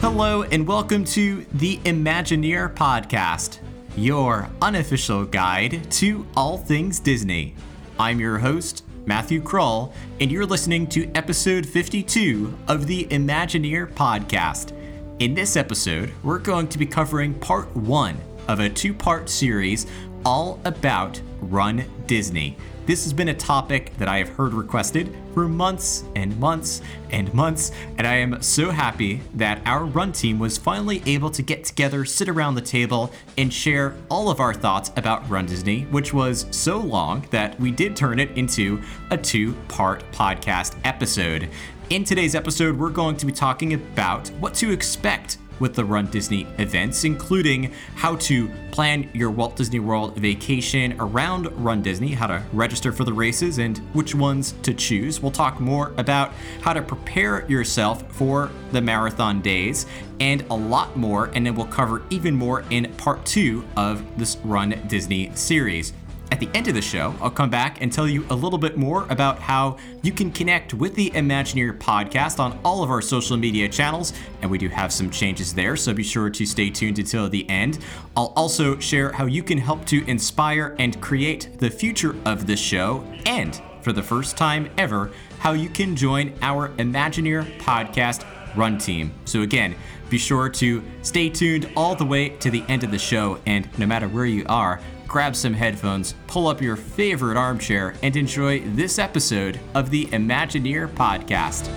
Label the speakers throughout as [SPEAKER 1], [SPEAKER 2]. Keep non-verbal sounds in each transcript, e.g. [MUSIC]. [SPEAKER 1] Hello, and welcome to the Imagineer Podcast, your unofficial guide to all things Disney. I'm your host, Matthew Krull, and you're listening to episode 52 of the Imagineer Podcast. In this episode, we're going to be covering part one of a two part series all about Run Disney. This has been a topic that I have heard requested for months and months and months, and I am so happy that our run team was finally able to get together, sit around the table, and share all of our thoughts about Run Disney, which was so long that we did turn it into a two part podcast episode. In today's episode, we're going to be talking about what to expect with the Run Disney events, including how to plan your Walt Disney World vacation around Run Disney, how to register for the races, and which ones to choose. We'll talk more about how to prepare yourself for the marathon days and a lot more, and then we'll cover even more in part two of this Run Disney series. At the end of the show, I'll come back and tell you a little bit more about how you can connect with the Imagineer podcast on all of our social media channels, and we do have some changes there, so be sure to stay tuned until the end. I'll also share how you can help to inspire and create the future of this show, and for the first time ever, how you can join our Imagineer podcast run team. So, again, be sure to stay tuned all the way to the end of the show. And no matter where you are, grab some headphones, pull up your favorite armchair, and enjoy this episode of the Imagineer Podcast.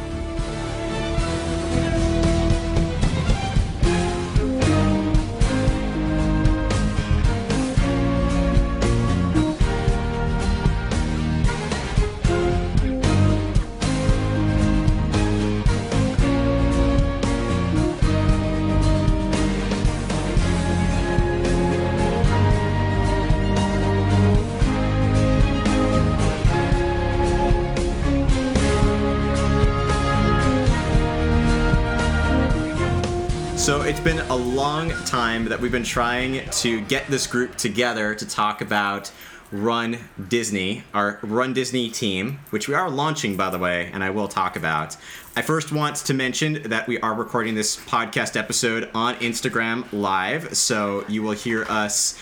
[SPEAKER 1] So it's been a long time that we've been trying to get this group together to talk about Run Disney, our Run Disney team, which we are launching, by the way, and I will talk about. I first want to mention that we are recording this podcast episode on Instagram Live, so you will hear us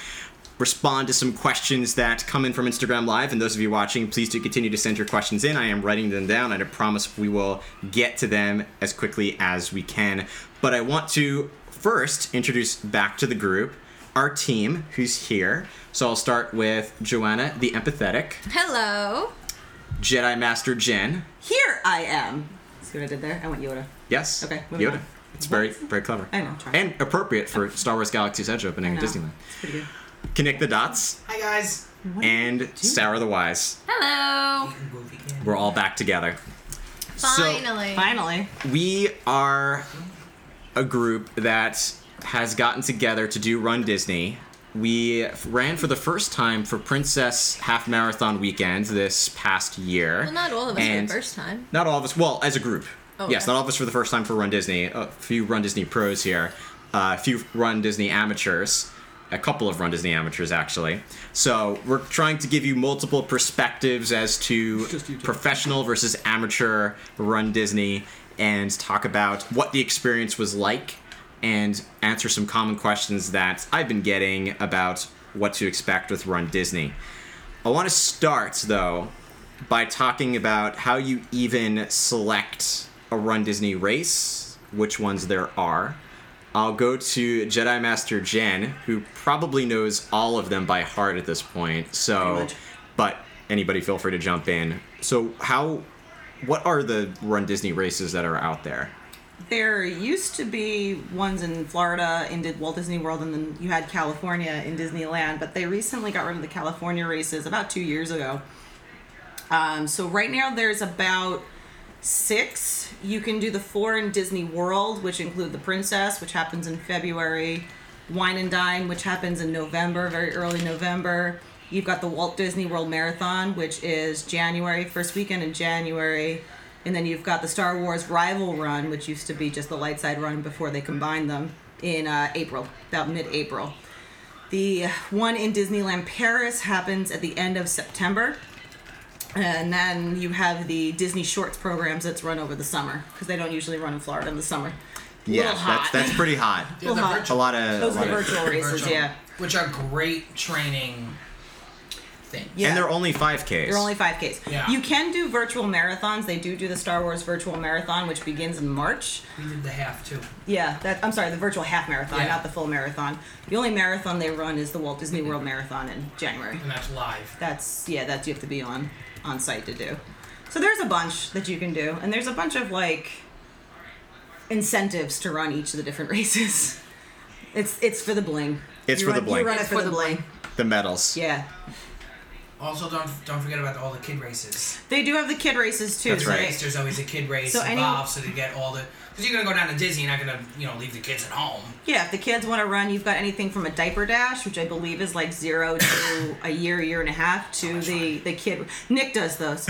[SPEAKER 1] respond to some questions that come in from Instagram Live. And those of you watching, please do continue to send your questions in. I am writing them down, and I promise we will get to them as quickly as we can. But I want to first introduce back to the group our team who's here. So I'll start with Joanna, the empathetic,
[SPEAKER 2] Hello.
[SPEAKER 1] Jedi Master Jen.
[SPEAKER 3] Here I am. See what I did there? I went Yoda.
[SPEAKER 1] Yes.
[SPEAKER 3] Okay, moving
[SPEAKER 1] Yoda.
[SPEAKER 3] on.
[SPEAKER 1] It's very, very clever.
[SPEAKER 3] I know, try.
[SPEAKER 1] And appropriate for Star Wars Galaxy's Edge opening at
[SPEAKER 3] know.
[SPEAKER 1] Disneyland.
[SPEAKER 3] Pretty good.
[SPEAKER 1] Connect the dots.
[SPEAKER 4] Hi guys.
[SPEAKER 1] And Sarah the Wise.
[SPEAKER 2] Hello.
[SPEAKER 1] We're all back together.
[SPEAKER 2] Finally.
[SPEAKER 3] Finally.
[SPEAKER 1] So we are a group that has gotten together to do Run Disney. We f- ran for the first time for Princess Half Marathon Weekend this past year.
[SPEAKER 2] well, not all of us for the
[SPEAKER 1] And-
[SPEAKER 2] first time.
[SPEAKER 1] Not all of us. Well, as a group.
[SPEAKER 2] Oh,
[SPEAKER 1] yes,
[SPEAKER 2] okay.
[SPEAKER 1] not all of us for the first time for Run Disney. A few Run Disney pros here, uh, a few Run Disney amateurs, a couple of Run Disney amateurs actually. So we're trying to give you multiple perspectives as to professional versus amateur Run Disney, and talk about what the experience was like, and answer some common questions that I've been getting about what to expect with Run Disney. I want to start though by talking about how you even select a Run Disney race, which ones there are. I'll go to Jedi Master Jen, who probably knows all of them by heart at this point. So,
[SPEAKER 3] much.
[SPEAKER 1] but anybody feel free to jump in. So, how, what are the Run Disney races that are out there?
[SPEAKER 3] There used to be ones in Florida in Di- Walt Disney World, and then you had California in Disneyland, but they recently got rid of the California races about two years ago. Um, so right now there's about six. You can do the four in Disney World, which include the Princess, which happens in February, Wine and Dine, which happens in November, very early November. You've got the Walt Disney World Marathon, which is January, first weekend in January. And then you've got the Star Wars Rival Run, which used to be just the light side run before they combined them in uh, April, about mid April. The one in Disneyland Paris happens at the end of September. And then you have the Disney Shorts programs that's run over the summer because they don't usually run in Florida in the summer.
[SPEAKER 5] yeah,
[SPEAKER 3] Little hot.
[SPEAKER 5] that's that's pretty hot.
[SPEAKER 3] Well,
[SPEAKER 6] the
[SPEAKER 3] hot.
[SPEAKER 5] A lot of,
[SPEAKER 3] Those
[SPEAKER 5] a
[SPEAKER 3] are
[SPEAKER 5] lot
[SPEAKER 3] the
[SPEAKER 5] of-
[SPEAKER 3] virtual races, yeah.
[SPEAKER 6] Which are great training things.
[SPEAKER 3] Yeah.
[SPEAKER 5] and they're only five Ks.
[SPEAKER 3] They're only 5Ks.
[SPEAKER 6] Yeah.
[SPEAKER 3] You can do virtual marathons. They do do the Star Wars virtual marathon, which begins in March.
[SPEAKER 6] We did the half too.
[SPEAKER 3] Yeah, that I'm sorry, the virtual half marathon,
[SPEAKER 6] Yeah.
[SPEAKER 3] not the full marathon. The only marathon they run is the Walt Disney World Marathon in January.
[SPEAKER 6] And that's live.
[SPEAKER 3] That's yeah, that's you have to be on on site to do. So there's a bunch that you can do, and there's a bunch of like incentives to run each of the different [LAUGHS] races. It's it's for the bling.
[SPEAKER 5] It's
[SPEAKER 3] You
[SPEAKER 5] for the
[SPEAKER 3] run-
[SPEAKER 5] bling.
[SPEAKER 3] You run it
[SPEAKER 5] It's
[SPEAKER 3] for, the bling.
[SPEAKER 5] the medals.
[SPEAKER 3] Yeah.
[SPEAKER 6] Also, don't don't forget about all the kid races.
[SPEAKER 3] They do have the kid races too.
[SPEAKER 5] That's
[SPEAKER 3] so
[SPEAKER 5] right.
[SPEAKER 3] they-
[SPEAKER 6] Race, there's always a kid race
[SPEAKER 3] So any-
[SPEAKER 6] involved, so to get all the. Because you're gonna go down to Disney, you're not gonna you know leave the kids at home.
[SPEAKER 3] Yeah, if the kids want to run, you've got anything from a diaper dash, which I believe is like zero to a year, year and a half, to the the kid. Nick does those.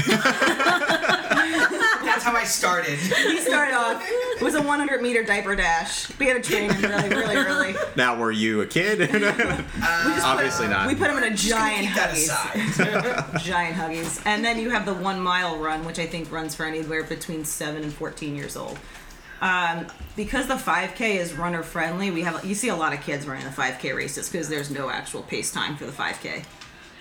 [SPEAKER 6] That's how I
[SPEAKER 5] [LAUGHS]
[SPEAKER 6] started.
[SPEAKER 3] he started off it was a 100 meter diaper dash. We had a train him really, really, really.
[SPEAKER 5] Now, were you
[SPEAKER 1] [LAUGHS]
[SPEAKER 5] a kid? Obviously not.
[SPEAKER 3] We put him in a giant
[SPEAKER 6] Keep that
[SPEAKER 3] huggies, [LAUGHS]
[SPEAKER 6] aside.
[SPEAKER 3] giant huggies, and then you have the one mile run, which I think runs for anywhere between seven and 14 years old. Um, because the 5K is runner friendly, we have you see a lot of kids running the 5K races because there's no actual pace time for the 5K.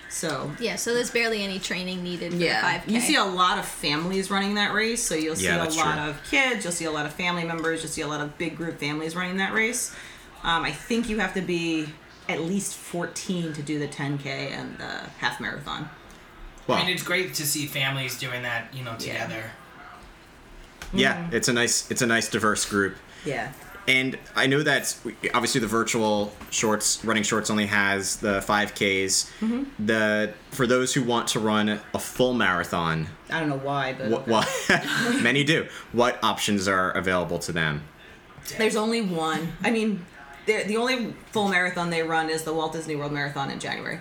[SPEAKER 3] So
[SPEAKER 2] Yeah, so there's barely any training needed for
[SPEAKER 3] Yeah,
[SPEAKER 2] the 5K.
[SPEAKER 3] you see a lot of families running that race, so you'll see
[SPEAKER 5] Yeah,
[SPEAKER 3] a
[SPEAKER 5] that's
[SPEAKER 3] lot
[SPEAKER 5] true.
[SPEAKER 3] of kids, you'll see a lot of family members, you'll see a lot of big group families running that race. Um, I think you have to be at least 14 to do the 10k and the half marathon.
[SPEAKER 6] I
[SPEAKER 5] well,
[SPEAKER 6] mean, it's great to see families doing that, you know,
[SPEAKER 3] Yeah.
[SPEAKER 6] together.
[SPEAKER 5] yeah,
[SPEAKER 3] mm.
[SPEAKER 5] it's a nice it's a nice diverse group.
[SPEAKER 3] Yeah,
[SPEAKER 5] And I know that obviously the virtual shorts, running shorts, only has the five Ks.
[SPEAKER 3] Mm-hmm.
[SPEAKER 5] The for those who want to run a full marathon,
[SPEAKER 3] I don't know why, but
[SPEAKER 5] what, what [LAUGHS] many do. What options are available to them?
[SPEAKER 3] there's only one. I mean, they're- the only full marathon they run is the Walt Disney World Marathon in January.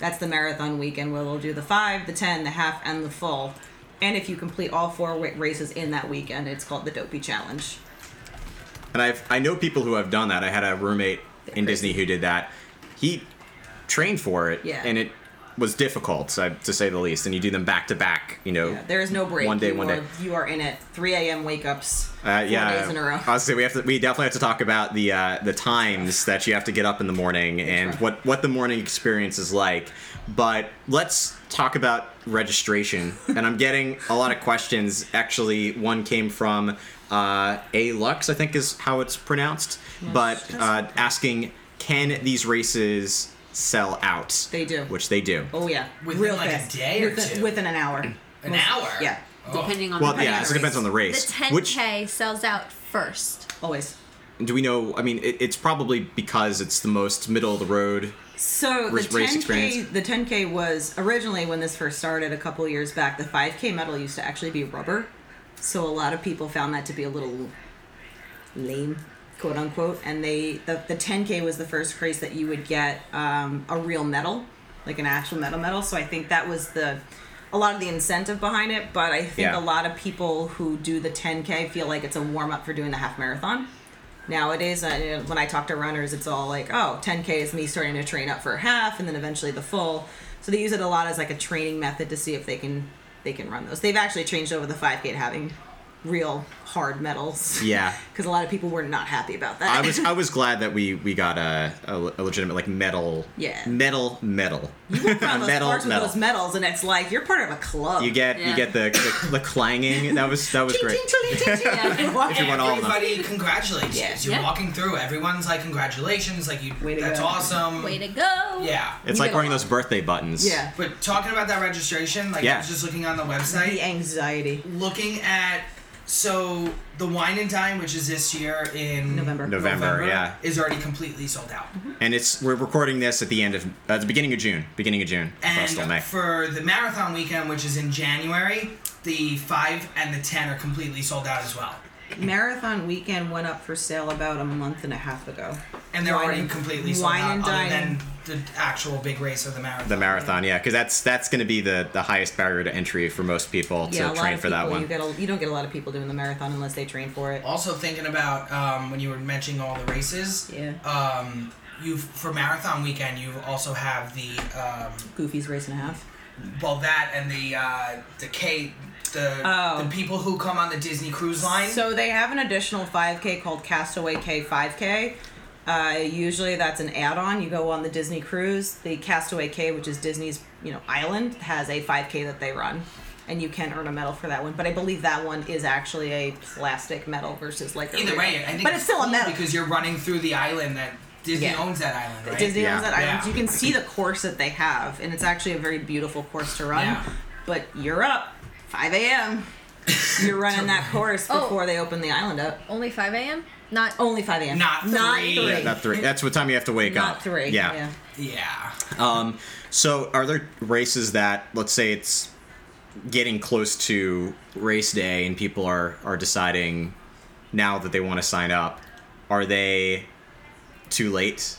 [SPEAKER 3] That's the marathon weekend where they'll do the five, the 10, the half, and the full. And if you complete all four wa- races in that weekend, it's called the Dopey Challenge.
[SPEAKER 5] And I've I know people who have done that. I had a roommate in Disney who did that. He trained for it,
[SPEAKER 3] Yeah.
[SPEAKER 5] and it was difficult, so- to say the least. And you do them back to back, you know.
[SPEAKER 3] Yeah, there is no break.
[SPEAKER 5] One day,
[SPEAKER 3] you
[SPEAKER 5] one
[SPEAKER 3] are,
[SPEAKER 5] day.
[SPEAKER 3] You are in it. 3 a.m. wake ups.
[SPEAKER 5] Uh,
[SPEAKER 3] four
[SPEAKER 5] yeah,
[SPEAKER 3] days in a row.
[SPEAKER 5] I was gonna say we have to. We definitely have to talk about the uh, the times that you have to get up in the morning and
[SPEAKER 3] right.
[SPEAKER 5] what what the morning experience is like. But let's talk about registration. and I'm getting a lot of questions. Actually, one came from uh, A Lux, I think is how it's pronounced, but uh, asking, can these races sell out?
[SPEAKER 3] They do.
[SPEAKER 5] which they do.
[SPEAKER 3] oh yeah,
[SPEAKER 6] Within,
[SPEAKER 3] real
[SPEAKER 6] like, a
[SPEAKER 3] fast.
[SPEAKER 6] day or
[SPEAKER 3] within,
[SPEAKER 6] two?
[SPEAKER 3] within an hour. An
[SPEAKER 6] An hour.
[SPEAKER 3] Yeah,
[SPEAKER 6] Oh.
[SPEAKER 7] depending on
[SPEAKER 5] Well,
[SPEAKER 7] the
[SPEAKER 5] yeah, so it depends on the
[SPEAKER 2] the
[SPEAKER 5] race.
[SPEAKER 2] 10K
[SPEAKER 5] Which
[SPEAKER 2] sells out first.
[SPEAKER 3] always.
[SPEAKER 5] do we know? I mean, it, it's probably because it's the most middle of the road
[SPEAKER 3] So the
[SPEAKER 5] Race- race
[SPEAKER 3] 10k,
[SPEAKER 5] experience.
[SPEAKER 3] the 10k was originally when this first started a couple years back. The 5k medal used to actually be rubber, so a lot of people found that to be a little lame, quote unquote. And they the, the 10k was the first race that you would get um, a real medal, like an actual medal medal. So I think that was the a lot of the incentive behind it. But I think
[SPEAKER 5] Yeah.
[SPEAKER 3] a lot of people who do the 10k feel like it's a warm up for doing the half marathon nowadays uh, when i talk to runners it's all like oh 10k is me starting to train up for a half and then eventually the full so they use it a lot as like a training method to see if they can they can run those they've actually changed over the 5k to having real hard medals [LAUGHS]
[SPEAKER 5] Yeah.
[SPEAKER 3] because a lot of people were not happy about that [LAUGHS]
[SPEAKER 5] I was I was glad that we we got a a, a legitimate like medal.
[SPEAKER 3] Yeah.
[SPEAKER 5] Medal medal. You
[SPEAKER 3] Those parts with those medals and it's like you're part of a club
[SPEAKER 5] You get you
[SPEAKER 7] Yeah.
[SPEAKER 5] get the, the the clanging. That was that was
[SPEAKER 3] Ting,
[SPEAKER 5] great.
[SPEAKER 3] ting, ting, ting, ting.
[SPEAKER 5] [LAUGHS] If you want all of them.
[SPEAKER 6] Everybody congratulates
[SPEAKER 3] Yeah.
[SPEAKER 6] you. You're
[SPEAKER 7] Yeah.
[SPEAKER 6] walking through. Everyone's like, congratulations. Like you.
[SPEAKER 3] Way to
[SPEAKER 6] that's
[SPEAKER 3] go.
[SPEAKER 6] awesome.
[SPEAKER 2] Way to go.
[SPEAKER 6] Yeah.
[SPEAKER 5] It's
[SPEAKER 2] You
[SPEAKER 5] like
[SPEAKER 2] get a
[SPEAKER 5] wearing
[SPEAKER 2] lot.
[SPEAKER 5] those birthday buttons.
[SPEAKER 3] [LAUGHS] yeah
[SPEAKER 6] But talking about that registration, like
[SPEAKER 5] Yeah.
[SPEAKER 6] I was just looking on the
[SPEAKER 3] the
[SPEAKER 6] website,
[SPEAKER 3] anxiety
[SPEAKER 6] looking at so the wine and dine, which is this year in
[SPEAKER 3] November. Mm-hmm.
[SPEAKER 5] November, yeah.
[SPEAKER 6] is already completely sold out.
[SPEAKER 5] And it's we're recording this at the end of uh, the beginning of June. Beginning of June. First of May.
[SPEAKER 6] And for the marathon weekend, which is in January, the five and the ten are completely sold out as well,
[SPEAKER 3] marathon weekend went up for sale about a month and a half ago
[SPEAKER 6] and they're
[SPEAKER 3] Wine
[SPEAKER 6] already
[SPEAKER 3] and-
[SPEAKER 6] completely sold
[SPEAKER 3] wine
[SPEAKER 6] out.
[SPEAKER 3] and
[SPEAKER 6] other
[SPEAKER 3] dine
[SPEAKER 6] than the actual big race of the marathon.
[SPEAKER 5] The marathon, yeah, because that's that's going to be the the highest barrier to entry for most people to
[SPEAKER 3] yeah, a lot
[SPEAKER 5] train
[SPEAKER 3] of
[SPEAKER 5] for
[SPEAKER 3] people,
[SPEAKER 5] that one.
[SPEAKER 3] You, get a, you don't get a lot of people doing the marathon unless they train for it.
[SPEAKER 6] Also thinking about um, when you were mentioning all the races.
[SPEAKER 3] Yeah.
[SPEAKER 6] Um, you for marathon weekend, you also have the um,
[SPEAKER 3] Goofy's race and a half.
[SPEAKER 6] well that and the uh, the K the
[SPEAKER 3] Oh.
[SPEAKER 6] the people who come on the Disney Cruise Line.
[SPEAKER 3] So they have an additional 5K called Castaway K 5K. Uh, usually that's an add-on. You go on the Disney cruise. The Castaway K, which is Disney's you know island, has a 5K that they run, and you can earn a medal for that one. But I believe that one is actually a plastic medal versus like a
[SPEAKER 6] Either
[SPEAKER 3] real-
[SPEAKER 6] way, I think
[SPEAKER 3] but it's still a
[SPEAKER 6] cool
[SPEAKER 3] medal.
[SPEAKER 6] because you're running through the island that Disney
[SPEAKER 3] Yeah.
[SPEAKER 6] owns that island, right?
[SPEAKER 3] Disney
[SPEAKER 5] Yeah.
[SPEAKER 3] owns that island.
[SPEAKER 6] Yeah.
[SPEAKER 3] You can see the course that they have, and it's actually a very beautiful course to run.
[SPEAKER 6] Yeah.
[SPEAKER 3] But you're up 5 a.m.
[SPEAKER 6] [LAUGHS]
[SPEAKER 3] You're running that course
[SPEAKER 2] Oh.
[SPEAKER 3] before they open the island up.
[SPEAKER 2] Only 5 a.m. Not
[SPEAKER 3] Only 5 a.m.
[SPEAKER 6] Not three.
[SPEAKER 5] Yeah, not three. That's what time you have to wake
[SPEAKER 3] Not
[SPEAKER 5] up.
[SPEAKER 3] three.
[SPEAKER 5] Yeah.
[SPEAKER 6] Yeah.
[SPEAKER 5] Um, so are there races that let's say it's getting close to race day and people are are deciding now that they want to sign up? Are they too late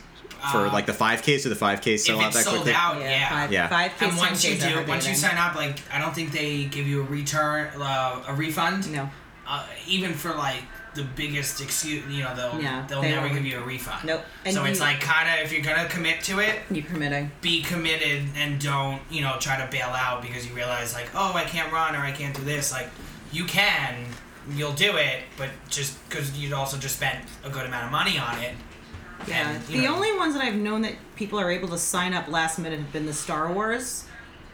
[SPEAKER 5] for
[SPEAKER 6] Uh,
[SPEAKER 5] like the 5Ks or the 5Ks sell
[SPEAKER 6] if
[SPEAKER 5] out
[SPEAKER 6] it's
[SPEAKER 5] that
[SPEAKER 6] sold
[SPEAKER 5] quickly?
[SPEAKER 6] out, Oh, yeah.
[SPEAKER 3] Five,
[SPEAKER 5] Yeah.
[SPEAKER 3] five kids,
[SPEAKER 6] and once you
[SPEAKER 3] ten kids
[SPEAKER 6] do,
[SPEAKER 3] every
[SPEAKER 6] once
[SPEAKER 3] day
[SPEAKER 6] you
[SPEAKER 3] then.
[SPEAKER 6] sign up, like I don't think they give you a return, uh, a refund.
[SPEAKER 3] No.
[SPEAKER 6] Uh, even for like the biggest excuse, you know, they'll
[SPEAKER 3] Yeah,
[SPEAKER 6] they'll
[SPEAKER 3] they
[SPEAKER 6] never
[SPEAKER 3] won't.
[SPEAKER 6] give you a refund.
[SPEAKER 3] Nope. And
[SPEAKER 6] so it's
[SPEAKER 3] you-
[SPEAKER 6] like kind of if you're gonna commit to it,
[SPEAKER 3] you committing.
[SPEAKER 6] be committed and don't you know try to bail out because you realize like oh I can't run or I can't do this. Like you can, you'll do it, but just because you'd also just spent a good amount of money on it.
[SPEAKER 3] Yeah.
[SPEAKER 6] And, you
[SPEAKER 3] the
[SPEAKER 6] know.
[SPEAKER 3] only ones that I've known that people are able to sign up last minute have been the Star Wars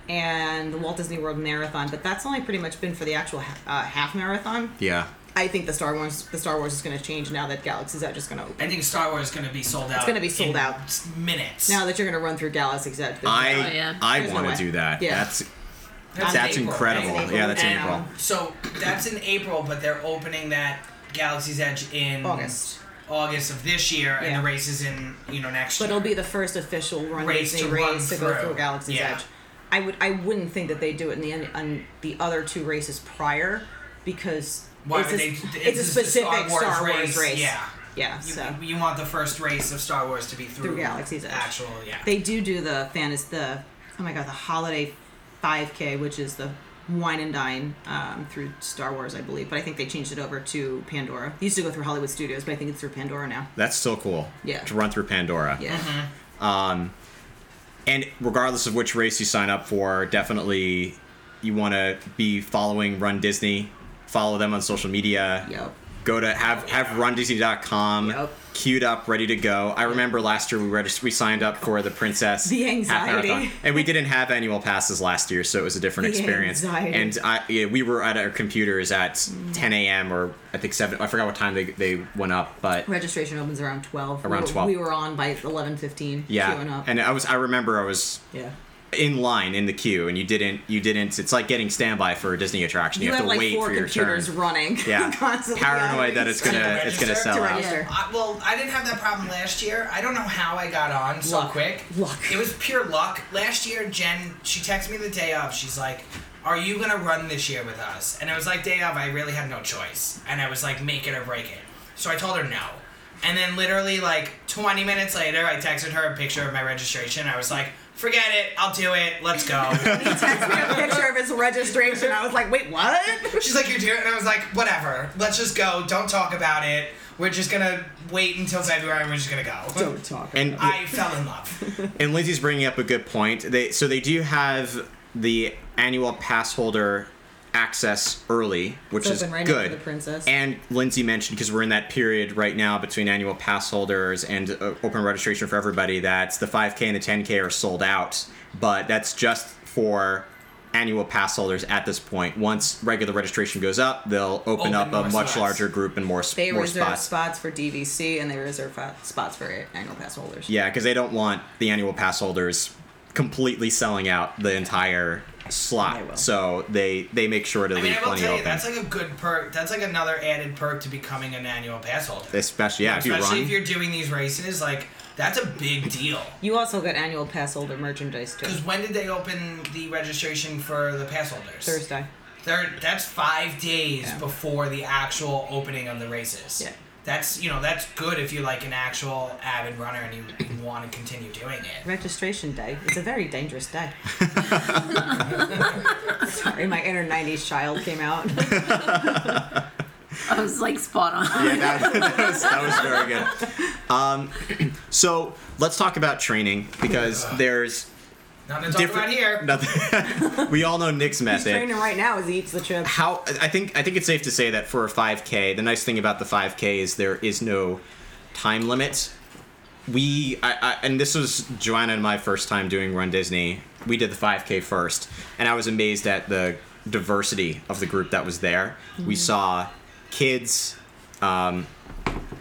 [SPEAKER 3] and the Walt Disney World Marathon, but that's only pretty much been for the actual ha- uh, half marathon.
[SPEAKER 5] Yeah.
[SPEAKER 3] I think the Star Wars the Star Wars is going to change now that Galaxy's Edge is going to open.
[SPEAKER 6] I think Star Wars is gonna be sold out. It's
[SPEAKER 3] gonna be sold out.
[SPEAKER 6] minutes.
[SPEAKER 3] Now that you're going to run through Galaxy's Edge.
[SPEAKER 5] I
[SPEAKER 2] Oh, yeah.
[SPEAKER 5] I
[SPEAKER 3] There's no
[SPEAKER 5] want to
[SPEAKER 3] way.
[SPEAKER 5] do that.
[SPEAKER 3] Yeah.
[SPEAKER 5] That's
[SPEAKER 6] That's,
[SPEAKER 5] that's
[SPEAKER 6] in April, right?
[SPEAKER 5] incredible.
[SPEAKER 3] That's in
[SPEAKER 5] yeah,
[SPEAKER 3] April.
[SPEAKER 5] that's in
[SPEAKER 3] And,
[SPEAKER 5] April.
[SPEAKER 3] um,
[SPEAKER 6] So that's in April, but they're opening that Galaxy's Edge in
[SPEAKER 3] August.
[SPEAKER 6] August of this year, and
[SPEAKER 3] Yeah.
[SPEAKER 6] the race is in you know next
[SPEAKER 3] But
[SPEAKER 6] year.
[SPEAKER 3] it'll be the first official run
[SPEAKER 6] Race
[SPEAKER 3] Disney
[SPEAKER 6] to run
[SPEAKER 3] race to go
[SPEAKER 6] through.
[SPEAKER 3] through Galaxy's
[SPEAKER 6] Yeah.
[SPEAKER 3] Edge. I would I wouldn't think that they do it in the end on the other two races prior because
[SPEAKER 6] Why
[SPEAKER 3] it's,
[SPEAKER 6] would
[SPEAKER 3] a,
[SPEAKER 6] they-
[SPEAKER 3] it's
[SPEAKER 6] it's
[SPEAKER 3] a
[SPEAKER 6] just the
[SPEAKER 3] specific
[SPEAKER 6] Star
[SPEAKER 3] Star Wars,
[SPEAKER 6] Wars
[SPEAKER 3] race.
[SPEAKER 6] race, yeah.
[SPEAKER 3] Yeah.
[SPEAKER 6] you,
[SPEAKER 3] So
[SPEAKER 6] you want the first race of Star Wars to be through,
[SPEAKER 3] Through Galaxy's Edge.
[SPEAKER 6] Actual, yeah.
[SPEAKER 3] they do do the fan is the oh my god the holiday 5K which is the wine and dine um, through Star Wars I believe but I think they changed it over to Pandora. They used to go through Hollywood Studios but I think it's through Pandora now.
[SPEAKER 5] That's still cool.
[SPEAKER 3] Yeah.
[SPEAKER 5] To run through Pandora.
[SPEAKER 3] Yeah.
[SPEAKER 5] And regardless of which race you sign up for, definitely you want to be following Run Disney. Follow them on social media.
[SPEAKER 3] Yep.
[SPEAKER 5] Go to have have rundisney.com
[SPEAKER 3] Yep.
[SPEAKER 5] queued up, ready to go. I remember last year we regist- we signed up for the Princess
[SPEAKER 3] The
[SPEAKER 5] half
[SPEAKER 3] anxiety.
[SPEAKER 5] marathon. and we didn't have annual passes last year, so it was a different
[SPEAKER 3] The
[SPEAKER 5] experience.
[SPEAKER 3] anxiety. Mm.
[SPEAKER 5] And I, yeah, we were at our computers at 10 a.m. or I think seven. I forgot what time they, they went up, but
[SPEAKER 3] Registration opens around 12.
[SPEAKER 5] Around
[SPEAKER 3] we were,
[SPEAKER 5] 12.
[SPEAKER 3] We were on by 11:15 queuing
[SPEAKER 5] yeah.
[SPEAKER 3] up.
[SPEAKER 5] And I was I remember I was
[SPEAKER 3] yeah.
[SPEAKER 5] in line in the queue and you didn't you didn't it's like getting standby for a disney attraction you,
[SPEAKER 3] You
[SPEAKER 5] have,
[SPEAKER 3] have
[SPEAKER 5] to
[SPEAKER 3] like
[SPEAKER 5] wait
[SPEAKER 3] four
[SPEAKER 5] for your turn
[SPEAKER 3] computers running. [LAUGHS]
[SPEAKER 5] yeah
[SPEAKER 3] constantly
[SPEAKER 5] paranoid
[SPEAKER 3] always.
[SPEAKER 5] that it's gonna
[SPEAKER 6] To
[SPEAKER 5] it's gonna
[SPEAKER 6] register?
[SPEAKER 5] sell
[SPEAKER 3] to
[SPEAKER 5] out
[SPEAKER 3] register.
[SPEAKER 6] I, well, I didn't have that problem last year. I don't know how I got on so
[SPEAKER 3] Luck.
[SPEAKER 6] quick.
[SPEAKER 3] Luck.
[SPEAKER 6] It was pure luck. Last year, Jen, she texted me the day of. She's like, "Are you gonna run this year with us?" And I was like, "Day of, I really had no choice." And I was like, "Make it or break it." So I told her no. And then literally like 20 minutes later, I texted her a picture of my registration. I was like, "Forget it. I'll do it. Let's go."
[SPEAKER 5] [LAUGHS]
[SPEAKER 3] Text me a picture of his registration. I was like, wait, what?
[SPEAKER 6] She's like, "You're doing," it? and I was like, "Whatever. Let's just go. Don't talk about it. We're just gonna wait until February. and We're just gonna go."
[SPEAKER 3] Don't talk.
[SPEAKER 5] and
[SPEAKER 6] I fell in love.
[SPEAKER 5] and lindsay's bringing up a good point they so they do have the annual pass holder access early which
[SPEAKER 3] It's
[SPEAKER 5] is
[SPEAKER 3] open right now for
[SPEAKER 5] good
[SPEAKER 3] the princess.
[SPEAKER 5] and lindsay mentioned because we're in that period right now between annual pass holders and uh, open registration for everybody that the 5k and the 10k are sold out but that's just for annual pass holders at this point once regular registration goes up they'll
[SPEAKER 6] Open
[SPEAKER 5] open, up a
[SPEAKER 6] more
[SPEAKER 5] much
[SPEAKER 6] spots.
[SPEAKER 5] larger group and more, s-
[SPEAKER 3] they
[SPEAKER 5] more
[SPEAKER 3] reserve
[SPEAKER 5] spots
[SPEAKER 3] spots. for DVC and they reserve fa- spots for annual pass holders.
[SPEAKER 5] Yeah, because they don't want the annual pass holders completely selling out the entire
[SPEAKER 3] They will.
[SPEAKER 5] slot. So they they make sure to
[SPEAKER 6] I
[SPEAKER 5] leave
[SPEAKER 6] mean, I will
[SPEAKER 5] plenty
[SPEAKER 6] tell you,
[SPEAKER 5] open.
[SPEAKER 6] that's like a good perk. That's like another added perk to becoming an annual pass holder.
[SPEAKER 5] especially yeah, if you
[SPEAKER 6] Especially
[SPEAKER 5] run.
[SPEAKER 6] if you're doing these races, like that's a big deal.
[SPEAKER 3] You also get annual pass holder merchandise too.
[SPEAKER 6] Because when did they open the registration for the pass holders?
[SPEAKER 3] Thursday.
[SPEAKER 6] They're, that's five days
[SPEAKER 3] Yeah.
[SPEAKER 6] before the actual opening of the races.
[SPEAKER 3] Yeah.
[SPEAKER 6] That's you know that's good if you're like an actual avid runner and you want to continue doing it.
[SPEAKER 3] Registration day. It's a very dangerous
[SPEAKER 6] [LAUGHS]
[SPEAKER 3] day. Sorry, my inner 90s child came out.
[SPEAKER 7] I was like spot
[SPEAKER 5] [LAUGHS]
[SPEAKER 7] on.
[SPEAKER 5] yeah, that, [LAUGHS] that was, that was very [CLEARS THROAT] good. Um, so let's talk about training because there's
[SPEAKER 6] Nothing to talk about
[SPEAKER 5] different
[SPEAKER 6] here.
[SPEAKER 5] [LAUGHS] Nothing. [LAUGHS] we all know Nick's
[SPEAKER 3] He's
[SPEAKER 5] method.
[SPEAKER 3] training right now as he eats the chips.
[SPEAKER 5] How I think I think it's safe to say that for a 5K, the nice thing about the 5K is there is no time limit. We I, I, and this was Joanna and my first time doing Run Disney. We did the 5K first, and I was amazed at the diversity of the group that was there. We saw kids, um,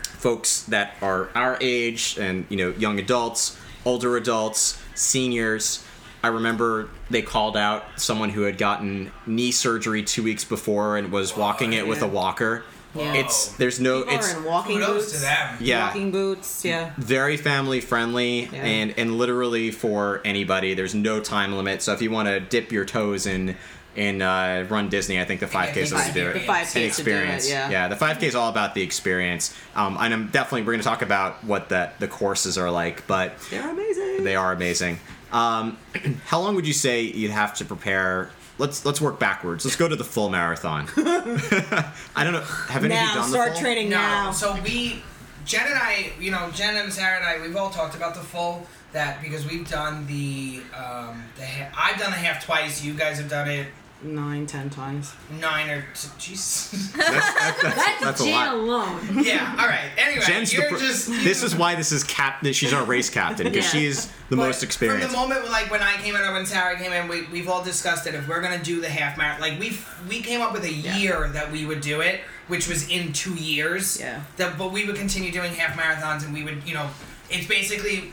[SPEAKER 5] folks that are our age and you know young adults older adults seniors i remember they called out someone who had gotten knee surgery two weeks before and was walking it with a
[SPEAKER 3] yeah.
[SPEAKER 5] walker
[SPEAKER 3] Yeah.
[SPEAKER 5] it's there's no
[SPEAKER 3] People
[SPEAKER 5] it's
[SPEAKER 3] are in walking
[SPEAKER 6] Kudos
[SPEAKER 3] boots.
[SPEAKER 6] to them.
[SPEAKER 5] yeah
[SPEAKER 3] Walking boots. Yeah.
[SPEAKER 5] very family friendly
[SPEAKER 3] Yeah.
[SPEAKER 5] and and literally for anybody there's no time limit so if you want to dip your toes in in uh, run disney i think the 5k is the way to do it
[SPEAKER 3] The five kids
[SPEAKER 5] an
[SPEAKER 3] to do
[SPEAKER 5] experience.
[SPEAKER 3] it. Yeah.
[SPEAKER 5] the 5K is all about the experience. Um, and I'm definitely we're going to talk about what that the courses are like, but
[SPEAKER 3] They're amazing.
[SPEAKER 5] they are amazing. Um, [CLEARS THROAT] how long would you say you'd have to prepare? Let's let's work backwards. Let's go to the full marathon. [LAUGHS] I don't know. Have any of you
[SPEAKER 3] Now
[SPEAKER 5] done the
[SPEAKER 3] start
[SPEAKER 5] full?
[SPEAKER 3] training
[SPEAKER 6] No.
[SPEAKER 3] now.
[SPEAKER 6] So we, Jen and I, you know, Jen and Sarah and I, we've all talked about the full that because we've done the um the ha- I've done the half twice. You guys have done it
[SPEAKER 3] Nine, ten times.
[SPEAKER 6] nine or t- jeez.
[SPEAKER 3] [LAUGHS]
[SPEAKER 5] That's, that's, that's, that's a
[SPEAKER 7] Jan
[SPEAKER 5] lot.
[SPEAKER 7] alone.
[SPEAKER 6] yeah. All right. Anyway,
[SPEAKER 5] Jen's the
[SPEAKER 6] you're
[SPEAKER 5] pr-
[SPEAKER 6] just
[SPEAKER 5] this is why this is cap. that She's our race captain because she
[SPEAKER 7] Yeah.
[SPEAKER 5] is the
[SPEAKER 6] But
[SPEAKER 5] most experienced.
[SPEAKER 6] From the moment like when I came in or when Sarah came in, we we've all discussed that if we're gonna do the half marathon, like we we came up with a year that we would do it, which was in two years.
[SPEAKER 3] Yeah.
[SPEAKER 6] That but we would continue doing half marathons and we would you know, it's basically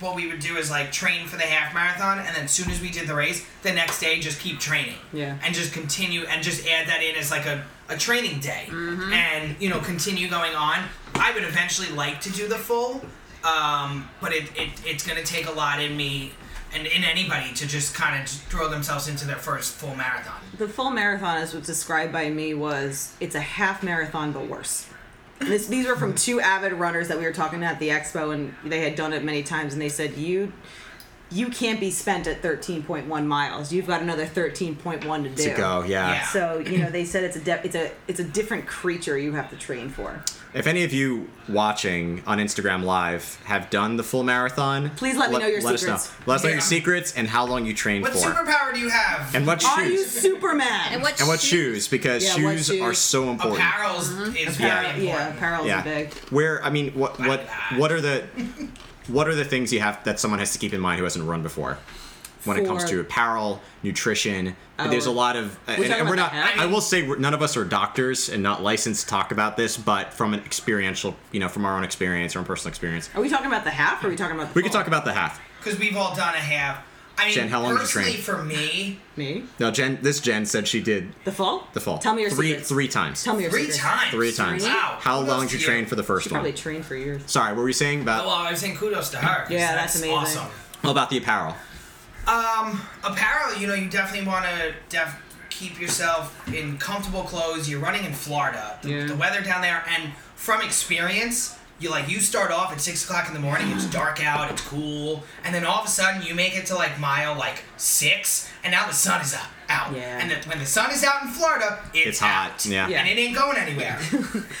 [SPEAKER 6] what we would do is like train for the half marathon and then as soon as we did the race, the next day just keep training.
[SPEAKER 3] Yeah.
[SPEAKER 6] And just continue and just add that in as like a a training day
[SPEAKER 3] Mm-hmm.
[SPEAKER 6] and you know continue going on. I would eventually like to do the full um, but it, it it's going to take a lot in me and in anybody to just kind of throw themselves into their first full marathon.
[SPEAKER 3] The full marathon, as was described by me, was it's a half marathon but worse. This, these were from two avid runners that we were talking to at the expo, and they had done it many times, and they said you. You can't be spent at 13.1 miles. You've got another 13.1 to do.
[SPEAKER 5] to go,
[SPEAKER 6] Yeah.
[SPEAKER 3] So you know they said it's a de- it's a it's a different creature you have to train for.
[SPEAKER 5] If any of you watching on Instagram Live have done the full marathon,
[SPEAKER 3] Please let me know your
[SPEAKER 5] Us
[SPEAKER 3] secrets.
[SPEAKER 5] know. Let us know your
[SPEAKER 6] Yeah.
[SPEAKER 5] secrets and how long you trained
[SPEAKER 6] What
[SPEAKER 5] for,
[SPEAKER 6] superpower do you have?
[SPEAKER 5] and what
[SPEAKER 3] Are you
[SPEAKER 5] shoes,
[SPEAKER 3] Superman?
[SPEAKER 2] And what,
[SPEAKER 5] and what
[SPEAKER 2] shoe-
[SPEAKER 5] shoes, because
[SPEAKER 3] Yeah, what
[SPEAKER 5] shoes,
[SPEAKER 3] shoes?
[SPEAKER 5] are so important.
[SPEAKER 6] Apparel's is very
[SPEAKER 3] Mm-hmm. Apparel,
[SPEAKER 6] important.
[SPEAKER 3] yeah, apparel's
[SPEAKER 5] Yeah.
[SPEAKER 3] a big.
[SPEAKER 5] Where I mean, what what
[SPEAKER 6] that.
[SPEAKER 5] what
[SPEAKER 3] [LAUGHS]
[SPEAKER 5] are the what are the things you have that someone has to keep in mind who hasn't run before? When it comes
[SPEAKER 3] For-
[SPEAKER 5] to apparel, nutrition,
[SPEAKER 3] Oh,
[SPEAKER 5] there's a lot of, and,
[SPEAKER 3] talking
[SPEAKER 5] and we're
[SPEAKER 3] about
[SPEAKER 5] not.
[SPEAKER 3] the app?
[SPEAKER 5] I will say we're, none of us are doctors and not licensed to talk about this, but from an experiential, you know, from our own experience, our own personal experience,
[SPEAKER 3] Are we talking about the half? or Are we talking about? The
[SPEAKER 5] we could
[SPEAKER 3] full?
[SPEAKER 5] talk about the half.
[SPEAKER 6] Because we've all done a half. I mean,
[SPEAKER 5] Jen, how long did you
[SPEAKER 6] personally
[SPEAKER 5] train?
[SPEAKER 6] for me,
[SPEAKER 3] me.
[SPEAKER 5] No, Jen. This Jen said she did
[SPEAKER 3] The fall.
[SPEAKER 5] the fall.
[SPEAKER 3] Tell me your
[SPEAKER 5] three
[SPEAKER 3] secrets.
[SPEAKER 5] three times.
[SPEAKER 3] Tell me your
[SPEAKER 6] three
[SPEAKER 3] secrets.
[SPEAKER 6] times.
[SPEAKER 5] Three times.
[SPEAKER 6] Wow.
[SPEAKER 5] How
[SPEAKER 6] Kudos
[SPEAKER 5] long did
[SPEAKER 6] to
[SPEAKER 5] you train for the
[SPEAKER 3] She
[SPEAKER 5] first
[SPEAKER 3] probably
[SPEAKER 5] one?
[SPEAKER 3] trained for years.
[SPEAKER 5] Sorry, what were you saying about
[SPEAKER 6] Well, I was saying kudos to her. 'cause
[SPEAKER 3] Yeah, that's amazing.
[SPEAKER 6] awesome.
[SPEAKER 5] about the apparel?
[SPEAKER 6] apparel, you know, you definitely want to def- keep yourself in comfortable clothes. You're running in Florida, the,
[SPEAKER 3] Yeah.
[SPEAKER 6] the weather down there, and from experience, you like you start off at six o'clock in the morning. It's dark out, it's cool, and then all of a sudden you make it to like mile like six, and now the sun is up. Out.
[SPEAKER 3] Yeah.
[SPEAKER 6] And the, when the sun is out in Florida, it's,
[SPEAKER 5] It's hot,
[SPEAKER 6] out.
[SPEAKER 5] yeah.
[SPEAKER 3] Yeah.
[SPEAKER 6] And it ain't
[SPEAKER 3] [LAUGHS]
[SPEAKER 6] going anywhere.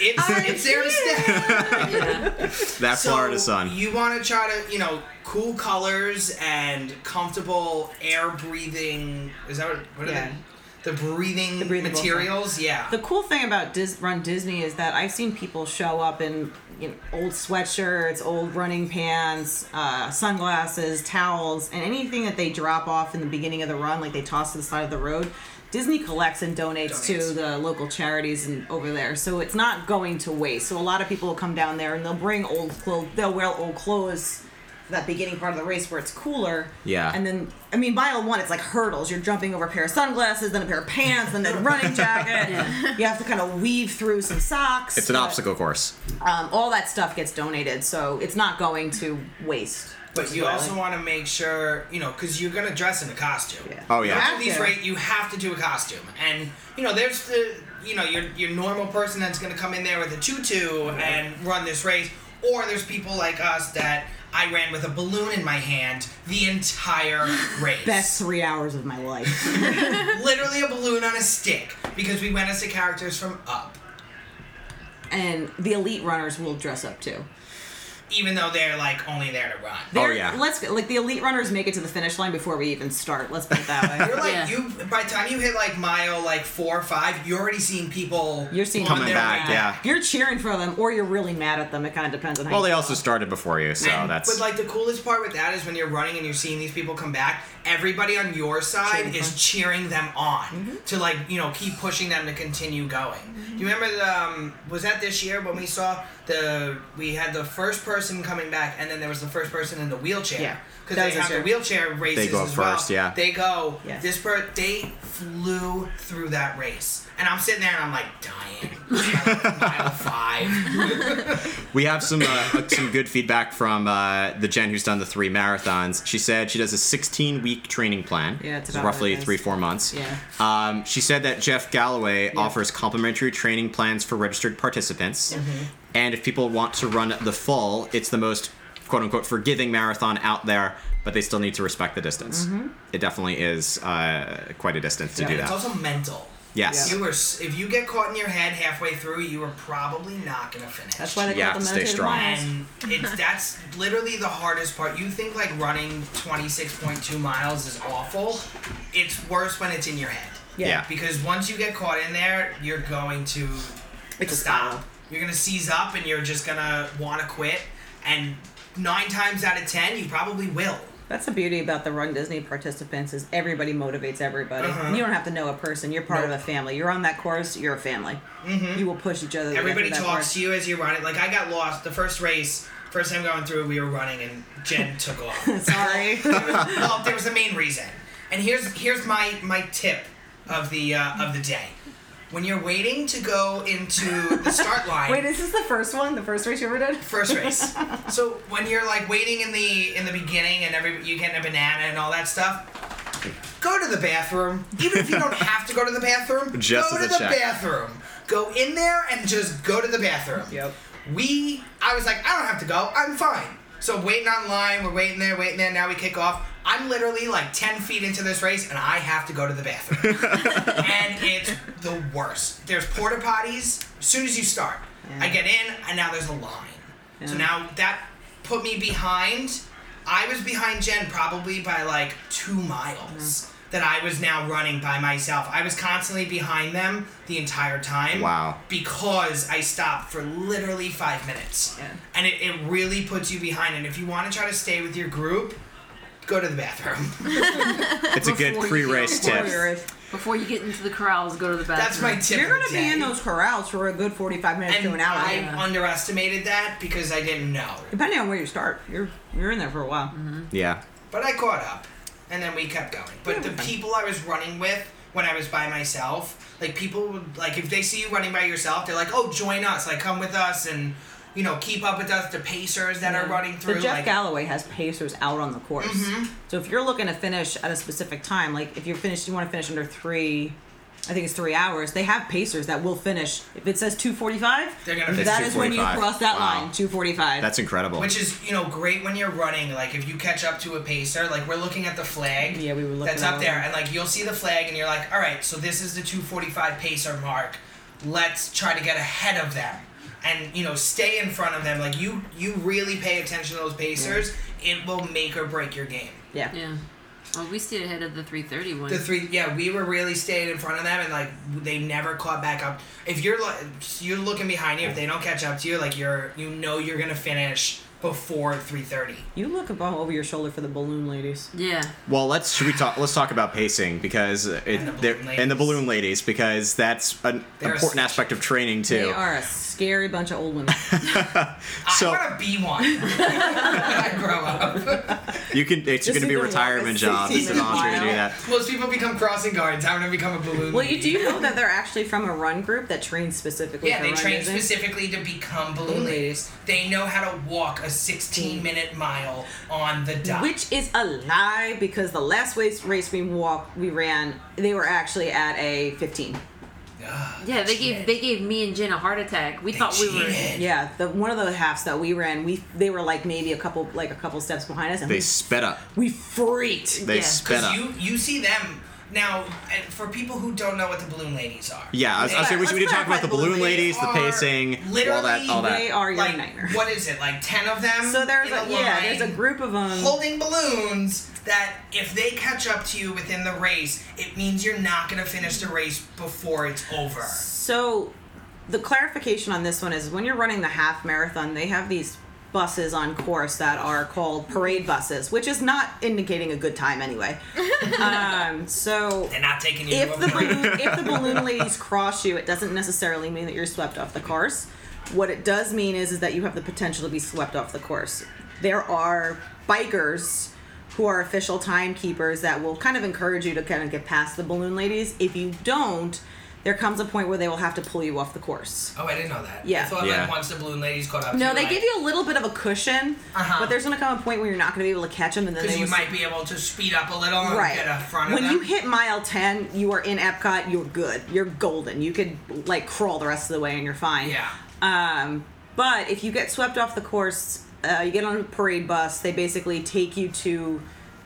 [SPEAKER 6] It's, it's there to stay.
[SPEAKER 5] That
[SPEAKER 6] So,
[SPEAKER 5] Florida sun.
[SPEAKER 6] You want to try to, you know, cool colors and comfortable air breathing. Is that what? What are
[SPEAKER 3] Yeah.
[SPEAKER 6] they? The breathing
[SPEAKER 3] breathable
[SPEAKER 6] materials. Yeah.
[SPEAKER 3] The cool thing about Dis- Run Disney is that I've seen people show up in you know, old sweatshirts, old running pants, uh, sunglasses, towels, and anything that they drop off in the beginning of the run, like they toss to the side of the road. Disney collects and donates, to
[SPEAKER 6] Donates.
[SPEAKER 3] the local charities and over there, so it's not going to waste. So a lot of people will come down there and they'll bring old clothes. They'll wear old clothes. for That beginning part of the race where it's cooler,
[SPEAKER 5] Yeah.
[SPEAKER 3] and then I mean mile one it's like hurdles. You're jumping over a pair of sunglasses, then a pair of pants, then a running jacket. You have to kind of weave through some socks.
[SPEAKER 5] It's an
[SPEAKER 3] but,
[SPEAKER 5] obstacle course. Oh,
[SPEAKER 3] Um, all that stuff gets donated, so it's not going to waste.
[SPEAKER 6] but you
[SPEAKER 3] Really.
[SPEAKER 6] also want to make sure, you know, because you're gonna dress in a costume.
[SPEAKER 3] Yeah.
[SPEAKER 5] Oh yeah.
[SPEAKER 6] After these
[SPEAKER 3] Yeah.
[SPEAKER 6] rate, you have to do a costume, and you know, there's the, you know, your your normal person that's gonna come in there with a tutu and run this race, or there's people like us that. I ran with a balloon in my hand the
[SPEAKER 3] [LAUGHS]
[SPEAKER 6] entire race.
[SPEAKER 3] Best three hours of my
[SPEAKER 6] [LAUGHS]
[SPEAKER 3] life.
[SPEAKER 6] literally a balloon on a stick because we went as the characters from Up.
[SPEAKER 3] and the elite runners will dress up too.
[SPEAKER 6] even though they're like only there to run.
[SPEAKER 5] Oh,
[SPEAKER 3] They're-
[SPEAKER 5] yeah.
[SPEAKER 3] Let's like the elite runners make it to the finish line before we even start. Let's put it that
[SPEAKER 6] [LAUGHS] You're
[SPEAKER 3] way.
[SPEAKER 6] like
[SPEAKER 7] Yeah.
[SPEAKER 6] you. By the time you hit like mile like four or five, you're already seeing people.
[SPEAKER 3] You're seeing
[SPEAKER 6] on
[SPEAKER 3] Coming
[SPEAKER 6] their
[SPEAKER 5] back,
[SPEAKER 6] way
[SPEAKER 5] yeah.
[SPEAKER 3] You're cheering for them, or you're really mad at them. It kind of depends on how.
[SPEAKER 5] Well,
[SPEAKER 3] you
[SPEAKER 5] they
[SPEAKER 3] feel.
[SPEAKER 5] also started before you,
[SPEAKER 3] Oh,
[SPEAKER 5] so
[SPEAKER 6] And-
[SPEAKER 5] that's
[SPEAKER 6] But like the coolest part with that is when you're running and you're seeing these people come back, everybody on your side
[SPEAKER 3] Cheering Mm-hmm.
[SPEAKER 6] is
[SPEAKER 3] for.
[SPEAKER 6] cheering them on to like you know keep pushing them to continue going.
[SPEAKER 3] Mm-hmm.
[SPEAKER 6] Do you remember? The, um, was that this year when we saw the we had the first person coming back, and then there was the first person in the wheelchair.
[SPEAKER 3] Yeah.
[SPEAKER 6] because
[SPEAKER 3] That
[SPEAKER 6] they
[SPEAKER 3] was this
[SPEAKER 6] have the
[SPEAKER 3] year.
[SPEAKER 6] wheelchair races
[SPEAKER 5] go
[SPEAKER 6] as well.
[SPEAKER 5] first, yeah.
[SPEAKER 6] they go.
[SPEAKER 3] Yeah.
[SPEAKER 6] This per they flew through that race, and I'm sitting there and I'm like
[SPEAKER 3] [LAUGHS]
[SPEAKER 6] dying. Mile five.
[SPEAKER 5] We have some uh, some good feedback from uh, the Jen who's done the three marathons. She said she does a 16 week training plan.
[SPEAKER 3] Yeah, it's
[SPEAKER 5] It's
[SPEAKER 3] about
[SPEAKER 5] roughly
[SPEAKER 3] what it is.
[SPEAKER 5] three four months.
[SPEAKER 3] Yeah.
[SPEAKER 5] Um, she said that Jeff Galloway offers complimentary training plans for registered participants,
[SPEAKER 3] Mm-hmm.
[SPEAKER 5] and if people want to run the full, it's the most quote unquote forgiving marathon out there. But they still need to respect the distance. It definitely is uh, quite a distance to
[SPEAKER 3] Mm-hmm. Yeah.
[SPEAKER 5] do
[SPEAKER 6] It's
[SPEAKER 5] that.
[SPEAKER 6] also mental.
[SPEAKER 5] yes.
[SPEAKER 6] You were, s- if you get caught in your head halfway through, you are probably not gonna finish.
[SPEAKER 3] That's why they
[SPEAKER 5] Yeah,
[SPEAKER 3] call them
[SPEAKER 5] stay
[SPEAKER 3] meditative
[SPEAKER 5] strong.
[SPEAKER 3] miles.
[SPEAKER 6] And it's that's literally the hardest part. You think like running twenty six point two miles is awful. It's worse when it's in your head.
[SPEAKER 5] Yeah.
[SPEAKER 6] Because once you get caught in there, you're going to
[SPEAKER 3] It's a spiral.
[SPEAKER 6] stop. You're gonna seize up, and you're just gonna want to quit. And nine times out of ten, you probably will.
[SPEAKER 3] That's the beauty about the Run Disney participants is everybody motivates everybody.
[SPEAKER 6] Uh-huh.
[SPEAKER 3] You don't have to know a person. You're part of a family. You're on that course. You're a family. You will push each other. to get
[SPEAKER 6] Mm-hmm. Everybody
[SPEAKER 3] through that
[SPEAKER 6] talks
[SPEAKER 3] course.
[SPEAKER 6] to you as you run it. Like I got lost the first race, first time going through, we were running and Jen took
[SPEAKER 3] [LAUGHS]
[SPEAKER 6] off.
[SPEAKER 3] Sorry.
[SPEAKER 6] [LAUGHS] well, there was a main reason, and here's here's my my tip of the uh, of the day. When you're waiting to go into the start line,
[SPEAKER 3] Wait, is this the first one? The first race you ever did?
[SPEAKER 6] first race. so when you're like waiting in the in the beginning and every you getting a banana and all that stuff, go to the bathroom. Even if you don't have to go to the bathroom,
[SPEAKER 5] [LAUGHS] Just
[SPEAKER 6] go to
[SPEAKER 5] as a
[SPEAKER 6] the
[SPEAKER 5] check.
[SPEAKER 6] bathroom. Go in there and just go to the bathroom.
[SPEAKER 3] Yep.
[SPEAKER 6] We I was like, I don't have to go, I'm fine. So waiting on line, we're waiting there, waiting there, now we kick off. I'm literally like ten feet into this race and I have to go to the bathroom. and it's the worst. There's porta potties as soon as you start. I get in, and now there's a line. So
[SPEAKER 3] Yeah.
[SPEAKER 6] now that put me behind. I was behind Jen probably by like two
[SPEAKER 3] Mm-hmm.
[SPEAKER 6] miles. That I was now running by myself. I was constantly behind them the entire time.
[SPEAKER 5] Wow.
[SPEAKER 6] Because I stopped for literally five minutes.
[SPEAKER 3] Yeah.
[SPEAKER 6] And it, it really puts you behind. And if you want to try to stay with your group, go to the bathroom. [LAUGHS]
[SPEAKER 5] It's a good
[SPEAKER 7] Before you-
[SPEAKER 5] pre-race
[SPEAKER 7] before
[SPEAKER 5] tip.
[SPEAKER 7] you're- Before you get into the corrals, go to the bathroom.
[SPEAKER 6] That's my tip.
[SPEAKER 3] You're
[SPEAKER 6] of the
[SPEAKER 3] gonna be in
[SPEAKER 6] day.
[SPEAKER 3] those corrals for a good 45 minutes to
[SPEAKER 6] And
[SPEAKER 3] an hour.
[SPEAKER 6] I underestimated that because I didn't know.
[SPEAKER 3] Depending on where you start, you're you're in there for a while.
[SPEAKER 5] Yeah.
[SPEAKER 6] But I caught up, and then we kept going. But the people I was running with when I was by myself, like people would like if they see you running by yourself, they're like, "Oh, join us! Like come with us and you know keep up with us." The pacers that are running through,
[SPEAKER 3] Um, So Jeff
[SPEAKER 6] like Mm-hmm.
[SPEAKER 3] Galloway has pacers out on the course. So if you're looking to finish at a specific time, like if you're finished, you want to finish under three. I think it's three hours. They have pacers that will finish. If it says 245,
[SPEAKER 6] They're gonna finish.
[SPEAKER 3] that
[SPEAKER 5] It's
[SPEAKER 3] is when you
[SPEAKER 5] 2:45.
[SPEAKER 3] cross that
[SPEAKER 5] Wow.
[SPEAKER 3] line. 245.
[SPEAKER 5] That's incredible.
[SPEAKER 6] which is you know great when you're running. Like if you catch up to a pacer, like we're looking at the flag.
[SPEAKER 3] Yeah, we were looking
[SPEAKER 6] That's
[SPEAKER 3] at
[SPEAKER 6] up
[SPEAKER 3] it.
[SPEAKER 6] there, and like you'll see the flag, and you're like, "All right, so this is the 2:45 pacer mark. Let's try to get ahead of them." And you know, stay in front of them. Like you, you really pay attention to those pacers. It will make or break your game.
[SPEAKER 3] yeah.
[SPEAKER 7] Yeah. Well, we stayed ahead of the 330 one.
[SPEAKER 6] The three, yeah, we were really staying in front of them, and like they never caught back up. If you're like you're looking behind you, if they don't catch up to you, like you're you know you're gonna finish before three thirty.
[SPEAKER 3] You look above over your shoulder for the balloon ladies.
[SPEAKER 7] yeah.
[SPEAKER 5] Well, let's should we talk? Let's talk about pacing because it,
[SPEAKER 6] the
[SPEAKER 5] and,
[SPEAKER 6] balloon
[SPEAKER 5] and the
[SPEAKER 6] ladies.
[SPEAKER 5] balloon ladies because that's an
[SPEAKER 6] They're a
[SPEAKER 5] important
[SPEAKER 6] snitch.
[SPEAKER 5] aspect of training too.
[SPEAKER 3] They are a scary bunch of old
[SPEAKER 5] [LAUGHS]
[SPEAKER 3] women.
[SPEAKER 5] So-
[SPEAKER 6] I want to be one. [LAUGHS] when I grow up.
[SPEAKER 5] You can it's
[SPEAKER 3] Just
[SPEAKER 5] going to
[SPEAKER 3] need
[SPEAKER 5] be a
[SPEAKER 3] to walk a
[SPEAKER 5] retirement job. It's an
[SPEAKER 3] 16
[SPEAKER 5] honor to do
[SPEAKER 3] mile.
[SPEAKER 5] that.
[SPEAKER 6] Most people become crossing guards. I'm gonna become a balloon.
[SPEAKER 3] well, you do
[SPEAKER 6] lady.
[SPEAKER 3] you know that they're actually from a run group that trains specifically
[SPEAKER 6] Yeah,
[SPEAKER 3] for
[SPEAKER 6] they
[SPEAKER 3] run
[SPEAKER 6] train
[SPEAKER 3] music?
[SPEAKER 6] specifically to become balloon
[SPEAKER 3] Balloon
[SPEAKER 6] ladies. They know how to walk a 16 minute mile on the dot.
[SPEAKER 3] Mm. Which is a lie because the last race, race we walked, we ran, they were actually at a 15.
[SPEAKER 6] Ugh,
[SPEAKER 7] Yeah, they
[SPEAKER 6] cheated.
[SPEAKER 7] gave they gave me and Jen a heart attack. We thought we were
[SPEAKER 6] cheated.
[SPEAKER 3] Yeah, the one of the halves that we ran, we they were like maybe a couple like a couple steps behind us, and
[SPEAKER 5] They
[SPEAKER 3] we,
[SPEAKER 5] sped up.
[SPEAKER 3] we freaked.
[SPEAKER 5] They
[SPEAKER 7] Yeah.
[SPEAKER 5] sped
[SPEAKER 6] Because
[SPEAKER 5] up.
[SPEAKER 6] you you see them Now, and for people who don't know what the balloon ladies are,
[SPEAKER 5] Yeah, I was, I was
[SPEAKER 3] Let's
[SPEAKER 5] saying we, should- we did talk about
[SPEAKER 3] clarify the
[SPEAKER 5] the balloon
[SPEAKER 3] balloon
[SPEAKER 5] ladies, the
[SPEAKER 6] are
[SPEAKER 5] pacing, all that,
[SPEAKER 6] literally
[SPEAKER 5] all that.
[SPEAKER 3] They are your
[SPEAKER 6] like
[SPEAKER 3] nightmare.
[SPEAKER 6] what is it? Like ten of them.
[SPEAKER 3] So there's
[SPEAKER 6] in
[SPEAKER 3] a, yeah,
[SPEAKER 6] line
[SPEAKER 3] there's a group of them.
[SPEAKER 6] holding balloons that if they catch up to you within the race, it means you're not gonna finish the race before it's over.
[SPEAKER 3] So the clarification on this one is when you're running the half marathon, they have these buses on course that are called parade buses, which is not indicating a good time anyway. um, so
[SPEAKER 6] They're not taking you.
[SPEAKER 3] if
[SPEAKER 6] to
[SPEAKER 3] the
[SPEAKER 6] a break.
[SPEAKER 3] balloon, if the balloon ladies cross you, it doesn't necessarily mean that you're swept off the course. What it does mean is is that you have the potential to be swept off the course. There are bikers who are official timekeepers that will kind of encourage you to kind of get past the balloon ladies. If you don't, there comes a point where they will have to pull you off the course.
[SPEAKER 6] oh, I didn't know that. I
[SPEAKER 3] Yeah.
[SPEAKER 6] thought
[SPEAKER 5] Yeah.
[SPEAKER 6] like once the balloon ladies caught up. to
[SPEAKER 3] No,
[SPEAKER 6] you,
[SPEAKER 3] they
[SPEAKER 6] like,
[SPEAKER 3] give you a little bit of a cushion,
[SPEAKER 6] Uh-huh.
[SPEAKER 3] but there's going to come a point where you're not going to be able to catch them, and then
[SPEAKER 6] because
[SPEAKER 3] they
[SPEAKER 6] you
[SPEAKER 3] will-
[SPEAKER 6] might be able to speed up a little and
[SPEAKER 3] right.
[SPEAKER 6] get up front
[SPEAKER 3] when
[SPEAKER 6] of them.
[SPEAKER 3] you hit mile 10, you are in Epcot, you're good. You're golden. You could like crawl the rest of the way and you're fine.
[SPEAKER 6] Yeah.
[SPEAKER 3] Um, but if you get swept off the course, uh, you get on a parade bus, they basically take you to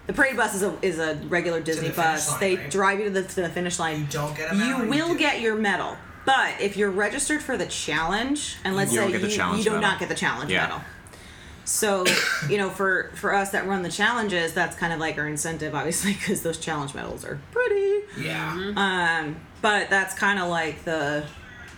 [SPEAKER 3] the parade bus is a, is a regular Disney
[SPEAKER 6] the finish
[SPEAKER 3] bus.
[SPEAKER 6] line,
[SPEAKER 3] they
[SPEAKER 6] right?
[SPEAKER 3] drive you to the, to the finish line. You
[SPEAKER 6] don't get a medal,
[SPEAKER 3] You
[SPEAKER 6] you
[SPEAKER 3] will
[SPEAKER 6] do.
[SPEAKER 3] get your medal. But if you're registered for the challenge, and let's
[SPEAKER 5] You don't
[SPEAKER 3] say
[SPEAKER 5] get the
[SPEAKER 3] you,
[SPEAKER 5] challenge
[SPEAKER 3] you do
[SPEAKER 5] medal.
[SPEAKER 3] not get the challenge
[SPEAKER 5] Yeah.
[SPEAKER 3] medal. So, [COUGHS] you know, for for us that run the challenges, that's kind of like our incentive, obviously, [LAUGHS] because those challenge medals are pretty.
[SPEAKER 6] yeah.
[SPEAKER 3] Um, but that's kind of like the,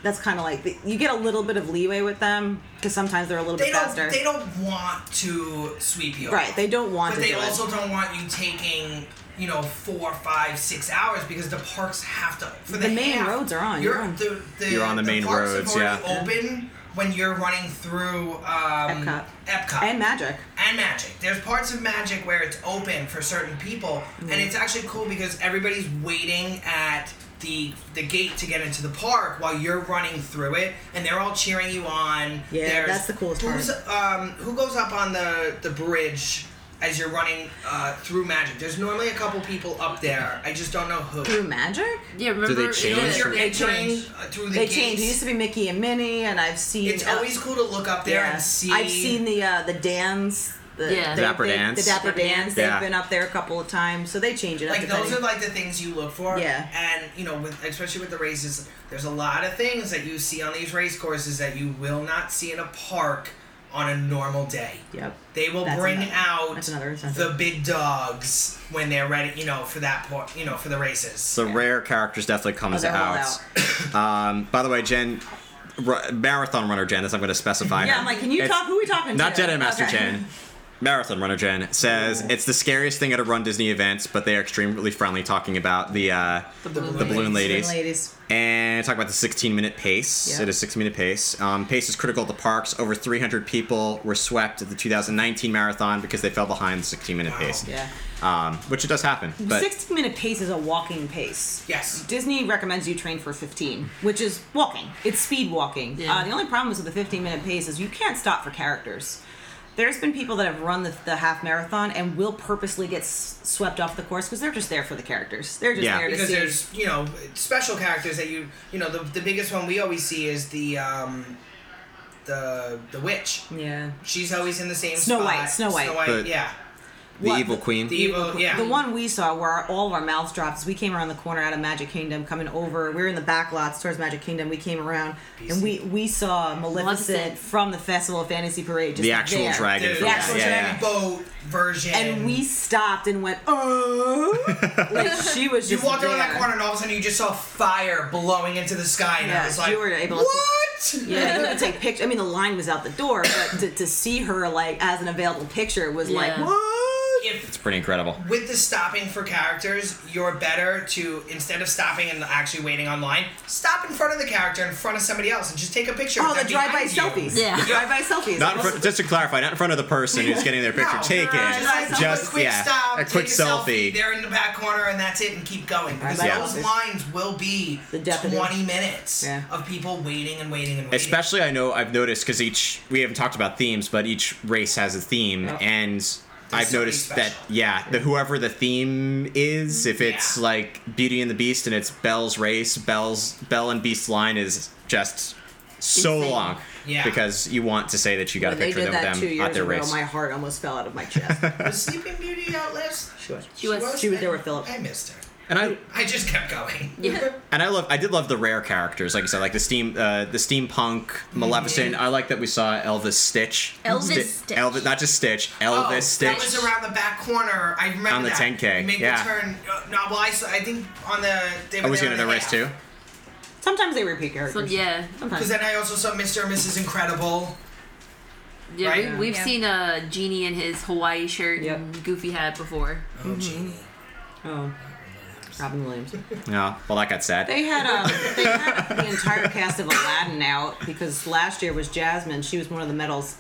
[SPEAKER 3] that's kind of like the, you get a little bit of leeway with them because sometimes they're a little
[SPEAKER 6] They
[SPEAKER 3] bit
[SPEAKER 6] don't.
[SPEAKER 3] faster.
[SPEAKER 6] They don't want to sweep you. up.
[SPEAKER 3] right? They don't want to.
[SPEAKER 6] But they
[SPEAKER 3] do it.
[SPEAKER 6] also don't want you taking, you know, four, five, six hours because the parks have to. For the,
[SPEAKER 3] The main
[SPEAKER 6] half,
[SPEAKER 3] roads are on,
[SPEAKER 6] You're,
[SPEAKER 3] you're on.
[SPEAKER 6] The, the,
[SPEAKER 5] You're on the main
[SPEAKER 6] parks
[SPEAKER 5] roads,
[SPEAKER 6] Have already
[SPEAKER 5] yeah.
[SPEAKER 6] Open when you're running through um,
[SPEAKER 3] Epcot.
[SPEAKER 6] Epcot
[SPEAKER 3] and magic.
[SPEAKER 6] and magic. There's parts of magic where it's open for certain people,
[SPEAKER 3] Mm-hmm.
[SPEAKER 6] and it's actually cool because everybody's waiting at the the gate to get into the park while you're running through it, and they're all cheering you on.
[SPEAKER 3] Yeah,
[SPEAKER 6] There's-
[SPEAKER 3] that's the coolest part.
[SPEAKER 6] who's, Um, who goes up on the the bridge? As you're running uh, through magic, there's normally a couple people up there. I just don't know who.
[SPEAKER 3] Through magic,
[SPEAKER 7] Yeah, remember?
[SPEAKER 5] Do they
[SPEAKER 7] yeah,
[SPEAKER 5] change
[SPEAKER 7] they
[SPEAKER 6] You're
[SPEAKER 5] or-
[SPEAKER 6] entering
[SPEAKER 7] change.
[SPEAKER 6] uh, through the
[SPEAKER 3] they
[SPEAKER 6] gates.
[SPEAKER 3] changed. It used to be Mickey and Minnie, and I've seen.
[SPEAKER 6] It's
[SPEAKER 3] uh,
[SPEAKER 6] always cool to look up there
[SPEAKER 3] yeah.
[SPEAKER 6] and see.
[SPEAKER 3] I've seen the uh, the dance. The,
[SPEAKER 7] Yeah.
[SPEAKER 3] the-
[SPEAKER 5] Dapper
[SPEAKER 3] the-
[SPEAKER 5] Dans.
[SPEAKER 3] The Dapper
[SPEAKER 7] Dapper
[SPEAKER 3] Dans.
[SPEAKER 7] Dans.
[SPEAKER 3] They've
[SPEAKER 5] Yeah.
[SPEAKER 3] been up there a couple of times, so they change it up.
[SPEAKER 6] like those
[SPEAKER 3] depending.
[SPEAKER 6] are like the things you look for
[SPEAKER 3] Yeah.
[SPEAKER 6] and you know with especially with the races there's a lot of things that you see on these race courses that you will not see in a park on a normal day
[SPEAKER 3] Yep.
[SPEAKER 6] they will
[SPEAKER 3] That's
[SPEAKER 6] bring
[SPEAKER 3] another-
[SPEAKER 6] out
[SPEAKER 3] that's another incentive.
[SPEAKER 6] the big dogs when they're ready you know for that part you know for the races
[SPEAKER 5] So rare characters definitely comes
[SPEAKER 3] they're all
[SPEAKER 5] out. um, by the way, Jen, r- marathon runner Jen, as I'm going to specify.
[SPEAKER 3] Yeah,
[SPEAKER 5] her.
[SPEAKER 3] I'm like, can you
[SPEAKER 5] It's-
[SPEAKER 3] talk? Who are we talking
[SPEAKER 5] Not
[SPEAKER 3] to?
[SPEAKER 5] Jedi Master
[SPEAKER 3] Okay. [LAUGHS]
[SPEAKER 5] Jen. Marathon Runner Jen says it's the scariest thing at a Run Disney events, but they are extremely friendly talking about the uh,
[SPEAKER 7] The
[SPEAKER 5] the balloon
[SPEAKER 3] Ladies.
[SPEAKER 5] ladies. And talk about the 16 minute pace.
[SPEAKER 3] Yeah.
[SPEAKER 5] It is 16 minute pace. Um, pace is critical at the parks. Over 300 people were swept at the 2019 marathon because they fell behind the 16 minute
[SPEAKER 6] Wow.
[SPEAKER 5] pace.
[SPEAKER 3] Yeah.
[SPEAKER 5] Um, which it does happen. But
[SPEAKER 3] 16 minute pace is a walking pace.
[SPEAKER 6] Yes.
[SPEAKER 3] Disney recommends you train for 15, which is walking. It's speed walking.
[SPEAKER 7] Yeah.
[SPEAKER 3] Uh, the only problem is with the 15 minute pace is you can't stop for characters. There's been people that have run the, the half marathon and will purposely get s- swept off the course because they're just there for the characters. They're just
[SPEAKER 5] Yeah.
[SPEAKER 3] there to
[SPEAKER 6] because
[SPEAKER 3] see.
[SPEAKER 6] there's you know special characters that you you know the, the biggest one we always see is the um the the witch
[SPEAKER 3] yeah.
[SPEAKER 6] she's always in the same
[SPEAKER 3] Snow
[SPEAKER 6] spot.
[SPEAKER 3] White, Snow White.
[SPEAKER 6] Snow White
[SPEAKER 5] But-
[SPEAKER 6] yeah
[SPEAKER 5] the
[SPEAKER 3] what-
[SPEAKER 5] Evil Queen.
[SPEAKER 6] the evil yeah
[SPEAKER 3] The one we saw where our, all of our mouths dropped is we came around the corner out of Magic Kingdom coming over. We were in the back lots towards Magic Kingdom. We came around and we, we saw Maleficent,
[SPEAKER 7] Maleficent.
[SPEAKER 3] from the Festival of Fantasy Parade. Just
[SPEAKER 5] The actual
[SPEAKER 3] there.
[SPEAKER 5] dragon
[SPEAKER 6] Dude,
[SPEAKER 5] from
[SPEAKER 3] the actual
[SPEAKER 5] yeah, yeah.
[SPEAKER 6] boat version.
[SPEAKER 3] And we stopped and went,
[SPEAKER 5] [LAUGHS]
[SPEAKER 3] oh. like she was
[SPEAKER 6] You
[SPEAKER 3] just.
[SPEAKER 6] walked around that
[SPEAKER 3] there.
[SPEAKER 6] corner and all of a sudden you just saw fire blowing into the sky and I
[SPEAKER 3] Yeah,
[SPEAKER 6] was like,
[SPEAKER 3] you were able to-
[SPEAKER 6] what?
[SPEAKER 3] Yeah, you could take pictures. I mean, the line was out the door, but to, to see her like as an available picture was like,
[SPEAKER 7] Yeah.
[SPEAKER 3] what?
[SPEAKER 6] [LAUGHS] If
[SPEAKER 5] It's pretty incredible.
[SPEAKER 6] with the stopping for characters, you're better to instead of stopping and actually waiting online, stop in front of the character in front of somebody else and just take a picture.
[SPEAKER 3] Oh,
[SPEAKER 6] of them
[SPEAKER 3] the drive-by
[SPEAKER 6] behind you.
[SPEAKER 3] selfies.
[SPEAKER 7] Yeah.
[SPEAKER 3] The drive-by selfies.
[SPEAKER 5] Not in front, just to clarify, not in front of the person who's getting their picture
[SPEAKER 6] No,
[SPEAKER 5] taken.
[SPEAKER 6] Just, like, do a
[SPEAKER 5] Just
[SPEAKER 6] quick
[SPEAKER 5] yeah,
[SPEAKER 6] stop,
[SPEAKER 5] a quick
[SPEAKER 6] take a
[SPEAKER 5] selfie.
[SPEAKER 6] They're in the back corner, and that's it, and keep going. Because
[SPEAKER 3] Drive-by
[SPEAKER 6] those
[SPEAKER 3] selfies.
[SPEAKER 6] lines will be
[SPEAKER 3] The death of it.
[SPEAKER 6] twenty minutes
[SPEAKER 3] Yeah.
[SPEAKER 6] of people waiting and waiting and waiting.
[SPEAKER 5] Especially, I know I've noticed because each we haven't talked about themes, but each race has a theme, and I've
[SPEAKER 6] something
[SPEAKER 5] noticed that
[SPEAKER 6] special.
[SPEAKER 5] yeah, the whoever the theme is, if it's
[SPEAKER 6] Yeah.
[SPEAKER 5] like Beauty and the Beast and it's Belle's race, Belle's Belle and Beast's line is just so
[SPEAKER 7] Insane.
[SPEAKER 5] long
[SPEAKER 6] Yeah.
[SPEAKER 5] because you want to say that you got
[SPEAKER 3] When
[SPEAKER 5] a
[SPEAKER 3] they
[SPEAKER 5] picture
[SPEAKER 3] did
[SPEAKER 5] of
[SPEAKER 3] that two
[SPEAKER 5] them
[SPEAKER 3] years
[SPEAKER 5] at their
[SPEAKER 3] ago,
[SPEAKER 5] race.
[SPEAKER 3] my heart
[SPEAKER 5] [LAUGHS]
[SPEAKER 3] almost fell out of my chest.
[SPEAKER 6] Was Sleeping Beauty out last?
[SPEAKER 3] she was.
[SPEAKER 7] She was-
[SPEAKER 3] she was there with Philip.
[SPEAKER 6] I missed her.
[SPEAKER 5] And I
[SPEAKER 6] I just kept going.
[SPEAKER 7] Yeah.
[SPEAKER 5] and I love I did love the rare characters, like you said, like the steam uh, the steampunk Maleficent. I like that we saw Elvis Stitch.
[SPEAKER 2] Elvis
[SPEAKER 5] Sti-
[SPEAKER 2] Stitch.
[SPEAKER 5] Elvis, not just Stitch. Elvis
[SPEAKER 6] oh,
[SPEAKER 5] Stitch.
[SPEAKER 6] That was around the back corner. I remember
[SPEAKER 5] On the
[SPEAKER 6] that.
[SPEAKER 5] 10K,
[SPEAKER 6] You Make
[SPEAKER 5] yeah.
[SPEAKER 6] the turn. uh, no, well, I, saw, I think on the. They
[SPEAKER 5] I was
[SPEAKER 6] there
[SPEAKER 5] gonna
[SPEAKER 6] on
[SPEAKER 5] the race
[SPEAKER 6] half.
[SPEAKER 5] too.
[SPEAKER 3] Sometimes they repeat characters.
[SPEAKER 7] So yeah,
[SPEAKER 3] Sometimes.
[SPEAKER 6] Because then I also saw Mr. and Mrs. Incredible. Oh,
[SPEAKER 7] yeah.
[SPEAKER 6] Right.
[SPEAKER 7] We, we've
[SPEAKER 2] Yeah.
[SPEAKER 7] seen a genie in his Hawaii shirt
[SPEAKER 3] Yep.
[SPEAKER 7] and goofy hat before.
[SPEAKER 6] Oh,
[SPEAKER 3] Mm-hmm.
[SPEAKER 6] Genie.
[SPEAKER 3] oh. Robin Williams.
[SPEAKER 5] Yeah. Well, that got sad.
[SPEAKER 3] They had um, they had the entire cast of Aladdin out because last year was Jasmine. She was one of the medals.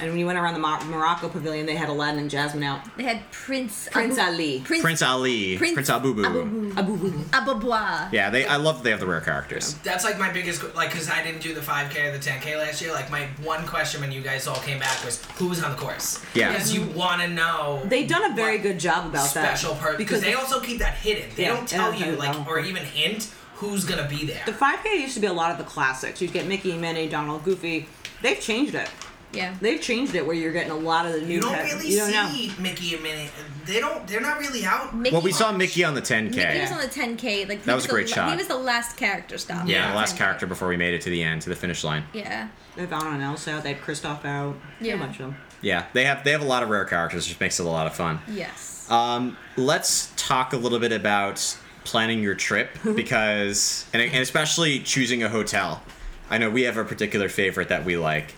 [SPEAKER 3] And when you went around the Mo- Morocco pavilion, they had Aladdin and Jasmine out.
[SPEAKER 2] They had Prince
[SPEAKER 3] Prince
[SPEAKER 2] Abu-
[SPEAKER 3] Ali.
[SPEAKER 2] Prince,
[SPEAKER 5] Prince Ali. Prince,
[SPEAKER 2] Prince
[SPEAKER 5] Abu Boo.
[SPEAKER 2] Abu-
[SPEAKER 3] Abu Boo.
[SPEAKER 2] Ababwa.
[SPEAKER 5] Yeah, they. I love that they have the rare characters.
[SPEAKER 6] That's like my biggest, like, because I didn't do the 5K or the 10K last year. Like, my one question when you guys all came back was who was on the course?
[SPEAKER 5] Yeah.
[SPEAKER 6] Because you want to know.
[SPEAKER 3] They've done a very
[SPEAKER 6] what
[SPEAKER 3] good job about Mm-hmm. that.
[SPEAKER 6] Special person. Because
[SPEAKER 3] because
[SPEAKER 6] they also keep that hidden. They
[SPEAKER 3] Yeah,
[SPEAKER 6] don't tell
[SPEAKER 3] they don't
[SPEAKER 6] you,
[SPEAKER 3] tell you
[SPEAKER 6] like,
[SPEAKER 3] no.
[SPEAKER 6] or even hint who's going to be there.
[SPEAKER 3] the 5K used to be a lot of the classics. You'd get Mickey, Minnie, Donald, Goofy. They've changed it.
[SPEAKER 2] Yeah.
[SPEAKER 3] They've changed it where you're getting a lot of the new.
[SPEAKER 6] you don't
[SPEAKER 3] head-
[SPEAKER 6] really
[SPEAKER 3] you don't
[SPEAKER 6] see Mickey and Minnie. They don't, they're not really out.
[SPEAKER 2] Mickey,
[SPEAKER 5] Well, we saw Mickey on the 10K.
[SPEAKER 2] Mickey was on the 10K. Like he
[SPEAKER 5] That was a great
[SPEAKER 2] the, la-
[SPEAKER 5] shot.
[SPEAKER 2] He was the last character stop.
[SPEAKER 5] yeah, the
[SPEAKER 2] on
[SPEAKER 5] last
[SPEAKER 2] 10K.
[SPEAKER 5] character before we made it to the end, to the finish line.
[SPEAKER 2] Yeah.
[SPEAKER 3] They had Anna and Elsa out. They had Kristoff out. Yeah,
[SPEAKER 2] Yeah.
[SPEAKER 3] a bunch of them.
[SPEAKER 5] Yeah, they have they have a lot of rare characters, which makes it a lot of fun.
[SPEAKER 2] Yes.
[SPEAKER 5] Um, let's talk a little bit about planning your trip because, and, and especially choosing a hotel. I know we have a particular favorite that we like,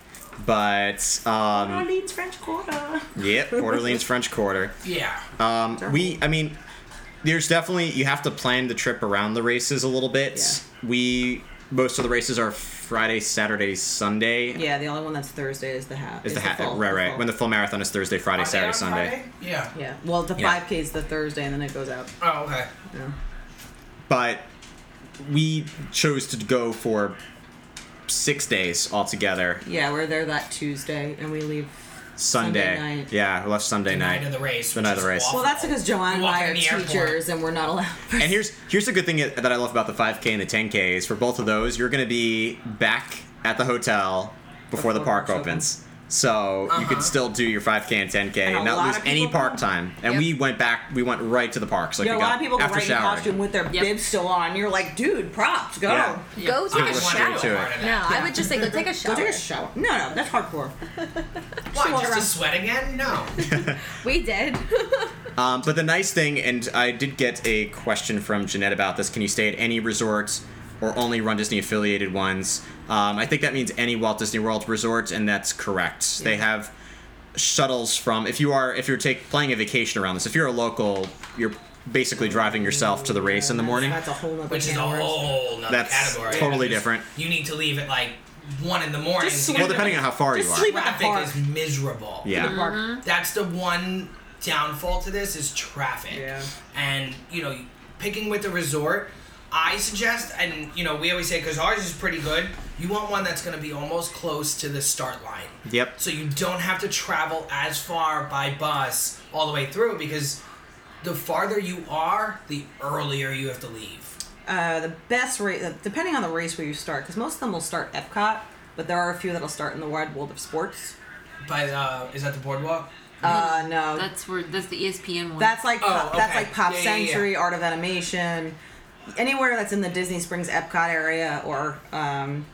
[SPEAKER 5] but um,
[SPEAKER 3] Orleans French Quarter.
[SPEAKER 5] yep, Orleans French Quarter.
[SPEAKER 6] Yeah.
[SPEAKER 5] Um, we, I mean, there's definitely you have to plan the trip around the races a little bit. We most of the races are Friday, Saturday, Sunday.
[SPEAKER 3] Yeah, the only one that's Thursday is the hat.
[SPEAKER 5] Is the, hat
[SPEAKER 3] full,
[SPEAKER 5] right?
[SPEAKER 3] the
[SPEAKER 5] Right.
[SPEAKER 3] full.
[SPEAKER 5] When the full marathon is Thursday, Friday,
[SPEAKER 6] Are they
[SPEAKER 5] Saturday,
[SPEAKER 6] on
[SPEAKER 5] Sunday.
[SPEAKER 6] Friday? Yeah.
[SPEAKER 3] Yeah. Well, the
[SPEAKER 5] Yeah.
[SPEAKER 3] 5K is the Thursday, and then it goes out.
[SPEAKER 6] Oh, okay.
[SPEAKER 3] Yeah.
[SPEAKER 5] but we chose to go for six days altogether.
[SPEAKER 3] Yeah, we're there that Tuesday, and we leave.
[SPEAKER 5] Sunday,
[SPEAKER 3] Sunday night.
[SPEAKER 5] yeah, we left Sunday
[SPEAKER 6] The
[SPEAKER 5] night.
[SPEAKER 6] night of the race.
[SPEAKER 5] The
[SPEAKER 6] which
[SPEAKER 5] night of
[SPEAKER 6] is
[SPEAKER 5] the race.
[SPEAKER 6] awful.
[SPEAKER 3] Well, that's because Joanne and
[SPEAKER 6] Walking
[SPEAKER 3] I are
[SPEAKER 6] in the airport.
[SPEAKER 3] teachers, and we're not allowed.
[SPEAKER 5] and here's here's the good thing that I love about the 5K and the 10K is for both of those, you're going to be back at the hotel before, the
[SPEAKER 3] Before
[SPEAKER 5] park
[SPEAKER 3] it's open.
[SPEAKER 5] opens. So you
[SPEAKER 6] Uh-huh.
[SPEAKER 5] could still do your 5K and 10K and,
[SPEAKER 3] And a
[SPEAKER 5] not
[SPEAKER 3] lot
[SPEAKER 5] lose
[SPEAKER 3] of
[SPEAKER 5] any
[SPEAKER 3] people
[SPEAKER 5] park
[SPEAKER 3] come.
[SPEAKER 5] time. And
[SPEAKER 7] Yep.
[SPEAKER 5] we went back, we went right to the parks. Like
[SPEAKER 3] yeah, a
[SPEAKER 5] we
[SPEAKER 3] lot
[SPEAKER 5] got
[SPEAKER 3] of people go
[SPEAKER 5] after
[SPEAKER 3] right in
[SPEAKER 5] showering.
[SPEAKER 3] costume with their
[SPEAKER 7] Yep.
[SPEAKER 3] bibs still on. You're like, dude, props, go.
[SPEAKER 2] Go
[SPEAKER 6] I
[SPEAKER 5] Yeah.
[SPEAKER 2] take a
[SPEAKER 6] was
[SPEAKER 5] was
[SPEAKER 6] wondering
[SPEAKER 2] shower.
[SPEAKER 5] wondering too.
[SPEAKER 6] part of
[SPEAKER 2] No,
[SPEAKER 6] that.
[SPEAKER 2] I would just say go take a
[SPEAKER 3] Go
[SPEAKER 2] shower.
[SPEAKER 3] take a shower. No, no, that's hardcore.
[SPEAKER 6] Why,
[SPEAKER 3] walk
[SPEAKER 6] just to
[SPEAKER 3] around.
[SPEAKER 6] sweat again?
[SPEAKER 5] [LAUGHS]
[SPEAKER 6] No.
[SPEAKER 2] we did. [LAUGHS]
[SPEAKER 5] Um, but the nice thing, and I did get a question from Jeanette about this can you stay at any resorts or only run Disney affiliated ones? Um, I think that means any Walt Disney World resorts, and that's correct. They have shuttles from if you are if you're take, playing a vacation around this if you're a local you're basically driving yourself to the race in the morning
[SPEAKER 3] That's a whole nother.
[SPEAKER 6] Which is a
[SPEAKER 3] can of worms.
[SPEAKER 6] whole nother
[SPEAKER 5] That's
[SPEAKER 6] category.
[SPEAKER 5] totally
[SPEAKER 6] You just-
[SPEAKER 5] different.
[SPEAKER 6] You need to leave at like one in the morning.
[SPEAKER 3] Just
[SPEAKER 6] to
[SPEAKER 3] sleep-
[SPEAKER 6] get
[SPEAKER 5] well
[SPEAKER 6] there.
[SPEAKER 5] depending on how far you
[SPEAKER 3] Just
[SPEAKER 5] are
[SPEAKER 3] sleep- at the
[SPEAKER 6] traffic
[SPEAKER 3] park.
[SPEAKER 6] is miserable.
[SPEAKER 3] The
[SPEAKER 5] yeah
[SPEAKER 3] park.
[SPEAKER 6] That's the one downfall to this is traffic.
[SPEAKER 3] Yeah.
[SPEAKER 6] And you know, picking with the resort, I suggest, and you know, we always say because ours is pretty good. You want one that's going to be almost close to the start line.
[SPEAKER 5] yep
[SPEAKER 6] So you don't have to travel as far by bus all the way through because the farther you are, the earlier you have to leave.
[SPEAKER 3] Uh, the best race, depending on the race where you start, because most of them will start Epcot, but there are a few that'll start in the Wide World of Sports.
[SPEAKER 6] But uh, is that the boardwalk?
[SPEAKER 3] Uh, no,
[SPEAKER 7] That's where that's the E ESPN one.
[SPEAKER 3] That's like
[SPEAKER 6] Oh,
[SPEAKER 3] pop, that's
[SPEAKER 6] okay.
[SPEAKER 3] like Pop
[SPEAKER 6] Yeah, yeah, yeah.
[SPEAKER 3] Century, Art of Animation, anywhere that's in the Disney Springs Epcot area or um,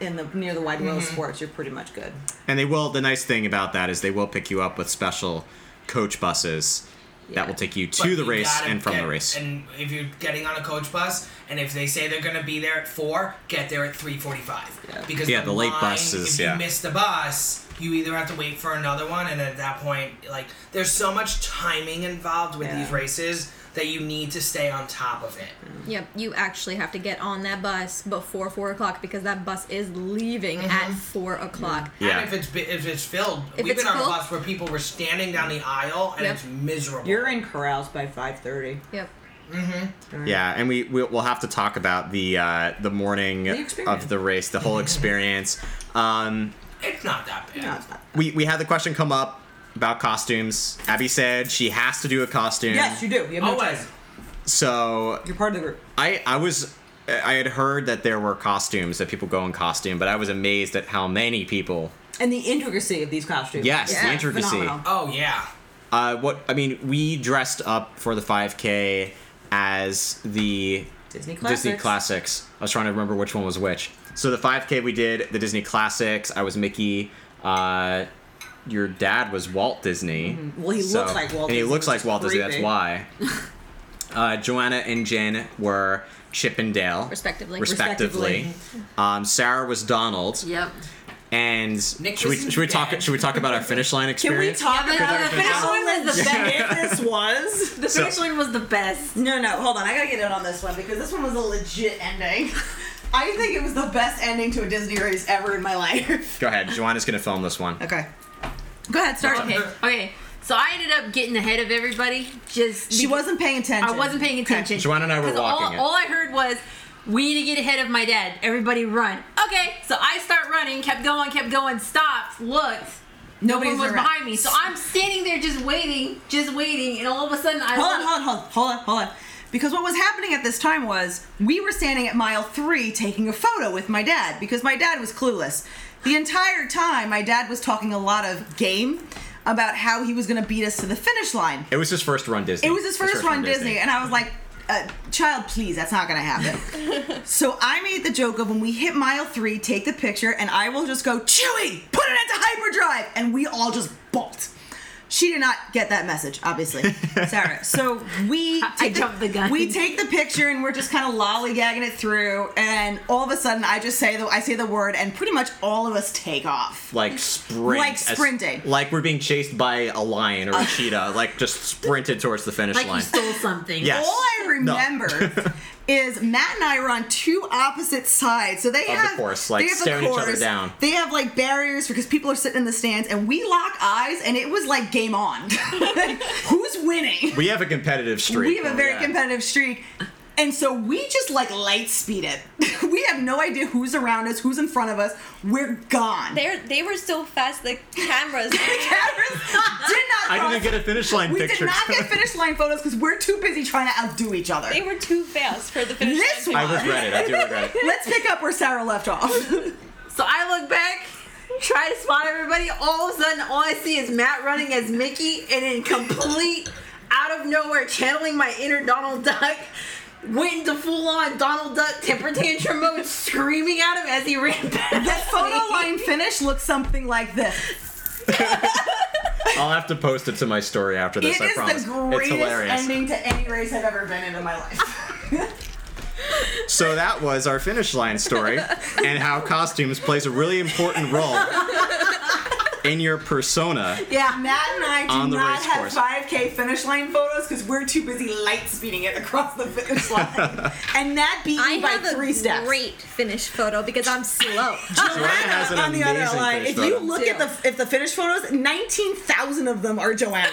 [SPEAKER 3] in the near the Wide World
[SPEAKER 6] Mm-hmm.
[SPEAKER 3] of Sports, you're pretty much good.
[SPEAKER 5] and they will the nice thing about that is they will pick you up with special coach buses that
[SPEAKER 3] Yeah.
[SPEAKER 5] will take you
[SPEAKER 6] But
[SPEAKER 5] to the
[SPEAKER 6] you
[SPEAKER 5] race
[SPEAKER 6] gotta
[SPEAKER 5] and from the
[SPEAKER 6] get-
[SPEAKER 5] race
[SPEAKER 6] And if you're getting on a coach bus, and if they say they're going to be there at four, get there at three forty-five.
[SPEAKER 3] Yeah.
[SPEAKER 6] Because
[SPEAKER 5] Yeah, the late
[SPEAKER 6] line,
[SPEAKER 5] bus is-
[SPEAKER 6] If
[SPEAKER 5] yeah.
[SPEAKER 6] you miss the bus, you either have to wait for another one, and at that point, like there's so much timing involved with
[SPEAKER 3] Yeah.
[SPEAKER 6] these races that you need to stay on top of it.
[SPEAKER 2] yep, you actually have to get on that bus before four o'clock because that bus is leaving
[SPEAKER 3] Mm-hmm.
[SPEAKER 2] at four o'clock.
[SPEAKER 5] Yeah.
[SPEAKER 6] And if it's bi- if it's filled,
[SPEAKER 2] If
[SPEAKER 6] we've
[SPEAKER 2] it's
[SPEAKER 6] been on a
[SPEAKER 2] full-
[SPEAKER 6] bus where people were standing down the aisle, and
[SPEAKER 2] Yep.
[SPEAKER 6] it's miserable.
[SPEAKER 3] You're in corrals by five thirty.
[SPEAKER 2] Yep.
[SPEAKER 3] Mm-hmm.
[SPEAKER 5] Yeah, and we we'll, we'll have to talk about the uh, the morning
[SPEAKER 3] experience.
[SPEAKER 5] of the race, the whole experience. Um,
[SPEAKER 6] it's not that bad.
[SPEAKER 3] No, it's not.
[SPEAKER 5] we we had the question come up about costumes. Abby said she has to do a costume.
[SPEAKER 3] Yes, you do. You have no
[SPEAKER 6] Always.
[SPEAKER 3] choice.
[SPEAKER 5] So
[SPEAKER 3] You're part of the group.
[SPEAKER 5] I I was I had heard that there were costumes that people go in costume, but I was amazed at how many people.
[SPEAKER 3] And the intricacy of these costumes.
[SPEAKER 5] Yes, the
[SPEAKER 2] Yeah,
[SPEAKER 5] intricacy.
[SPEAKER 3] phenomenal.
[SPEAKER 6] Oh yeah.
[SPEAKER 5] Uh, what I mean, we dressed up for the 5K as the
[SPEAKER 3] Disney
[SPEAKER 5] Disney
[SPEAKER 3] classics.
[SPEAKER 5] classics. I was trying to remember which one was which. So the 5K we did the Disney classics. I was Mickey. Uh, your dad was Walt Disney.
[SPEAKER 3] Well, Mm-hmm. he looks like Walt
[SPEAKER 5] And he
[SPEAKER 3] Disney,
[SPEAKER 5] looks
[SPEAKER 3] which
[SPEAKER 5] like
[SPEAKER 3] is
[SPEAKER 5] Walt Disney. That's
[SPEAKER 3] creepy. [LAUGHS]
[SPEAKER 5] why. uh, Joanna and Jen were Chip and Dale,
[SPEAKER 2] Respectively.
[SPEAKER 5] Respectively. Um, Sarah was Donald.
[SPEAKER 7] Yep.
[SPEAKER 5] And
[SPEAKER 6] Nick
[SPEAKER 5] should we
[SPEAKER 6] was his
[SPEAKER 5] should we talk
[SPEAKER 6] dad.
[SPEAKER 5] should we talk about our finish line
[SPEAKER 3] [LAUGHS] Can we
[SPEAKER 5] experience?
[SPEAKER 3] talk
[SPEAKER 7] Yeah, but
[SPEAKER 3] about
[SPEAKER 7] the
[SPEAKER 3] how
[SPEAKER 7] finish line was the
[SPEAKER 3] legit [LAUGHS] this was?
[SPEAKER 7] The first one was the best.
[SPEAKER 3] No, no, hold on. I gotta get in on this one because this one was a legit ending. [LAUGHS] I think it was the best ending to a Disney race ever in my [LAUGHS] life.
[SPEAKER 5] Go ahead. Joanna's gonna film this one.
[SPEAKER 3] Okay. Go ahead, start.
[SPEAKER 7] Okay. Okay. So I ended up getting ahead of everybody. Just
[SPEAKER 3] She
[SPEAKER 7] beca-
[SPEAKER 3] wasn't paying attention.
[SPEAKER 7] I wasn't paying attention.
[SPEAKER 5] Joanna and I were
[SPEAKER 7] 'Cause
[SPEAKER 5] walking
[SPEAKER 7] All,
[SPEAKER 5] it.
[SPEAKER 7] all I heard was, "We need to get ahead of my dad. Everybody run." Okay, so I start running, kept going, kept going, stopped, looked.
[SPEAKER 3] Nobody
[SPEAKER 7] Nobody was behind me, so I'm standing there just waiting, just waiting, and all of a sudden I
[SPEAKER 3] Hold on, hold on, hold on, hold on, hold on. Because what was happening at this time was we were standing at mile three taking a photo with my dad because my dad was clueless. The entire time, my dad was talking a lot of game about how he was going to beat us to the finish line.
[SPEAKER 5] It was his first run Disney.
[SPEAKER 3] It was his first, run Disney, and I was like, uh, "Child, please, that's not gonna happen." so I made the joke of when we hit mile three, take the picture, and I will just go, "Chewy, put it into hyperdrive," and we all just bolt. She did not get that message, obviously, Sarah. So we
[SPEAKER 7] I jumped the gun.
[SPEAKER 3] We take the picture and we're just kind of lollygagging it through, and all of a sudden, I just say the I say the word, and pretty much all of us take off.
[SPEAKER 5] like sprint,
[SPEAKER 3] Like
[SPEAKER 5] as-
[SPEAKER 3] sprinting. Uh.
[SPEAKER 5] like we're being chased by a lion or a cheetah, like just sprinted towards the finish
[SPEAKER 7] like you
[SPEAKER 5] line.
[SPEAKER 7] stole something.
[SPEAKER 5] Yes.
[SPEAKER 3] All I remember
[SPEAKER 5] [LAUGHS]
[SPEAKER 3] is Matt and I were on two opposite sides, so they
[SPEAKER 5] the
[SPEAKER 3] have
[SPEAKER 5] course, like,
[SPEAKER 3] they have a
[SPEAKER 5] staring each other
[SPEAKER 3] course.
[SPEAKER 5] down.
[SPEAKER 3] They have like barriers because people are sitting in the stands, and we lock eyes, and it was like game on. [LAUGHS] Who's winning?
[SPEAKER 5] we have a competitive streak.
[SPEAKER 3] We have a
[SPEAKER 5] Oh,
[SPEAKER 3] very
[SPEAKER 5] yeah.
[SPEAKER 3] competitive streak. And so we just like light speed it. [LAUGHS] we have no idea who's around us, who's in front of us. We're gone.
[SPEAKER 2] They they were so fast. The
[SPEAKER 5] [LAUGHS]
[SPEAKER 2] cameras.
[SPEAKER 3] the cameras
[SPEAKER 2] [LAUGHS]
[SPEAKER 3] did not.
[SPEAKER 5] I
[SPEAKER 3] cross-
[SPEAKER 5] didn't get a finish line
[SPEAKER 3] We did
[SPEAKER 5] picture.
[SPEAKER 3] not
[SPEAKER 5] [LAUGHS]
[SPEAKER 3] get finish line photos because we're too busy trying to outdo each other.
[SPEAKER 2] they were too fast for the finish.
[SPEAKER 3] this
[SPEAKER 2] line.
[SPEAKER 3] one.
[SPEAKER 5] I regret it. I do regret
[SPEAKER 3] [LAUGHS]
[SPEAKER 5] it.
[SPEAKER 3] Let's pick up where Sarah left off.
[SPEAKER 7] So I look back, try to spot everybody. All of a sudden, all I see is Matt running as Mickey, and in complete out of nowhere, channeling my inner Donald Duck, went into full on Donald Duck temper tantrum mode, screaming at him as he ran past.
[SPEAKER 3] The photo line finish looks something like this.
[SPEAKER 5] I'll have to post it to my story after this.
[SPEAKER 3] It
[SPEAKER 5] I
[SPEAKER 3] is
[SPEAKER 5] promise.
[SPEAKER 3] the
[SPEAKER 5] it's
[SPEAKER 3] greatest
[SPEAKER 5] hilarious.
[SPEAKER 3] ending to any race I've ever been in in my
[SPEAKER 5] [LAUGHS]
[SPEAKER 3] life.
[SPEAKER 5] So that was our finish
[SPEAKER 3] [LAUGHS]
[SPEAKER 5] line story, and how costumes plays a really important role in your persona.
[SPEAKER 3] Yeah, Matt and I do
[SPEAKER 5] On the
[SPEAKER 3] not
[SPEAKER 5] race
[SPEAKER 3] have
[SPEAKER 5] course.
[SPEAKER 3] 5K finish line photos because we're too busy light speeding it across the finish
[SPEAKER 5] [LAUGHS]
[SPEAKER 3] line. and Matt beat
[SPEAKER 2] I
[SPEAKER 3] me by
[SPEAKER 2] have a
[SPEAKER 3] three steps.
[SPEAKER 2] great finish photo because I'm slow.
[SPEAKER 5] Joanna has an
[SPEAKER 3] on the other
[SPEAKER 5] amazing
[SPEAKER 3] line,
[SPEAKER 5] finish
[SPEAKER 3] if you
[SPEAKER 5] photo.
[SPEAKER 3] look at the if the finish photos, nineteen thousand of them are Joanna.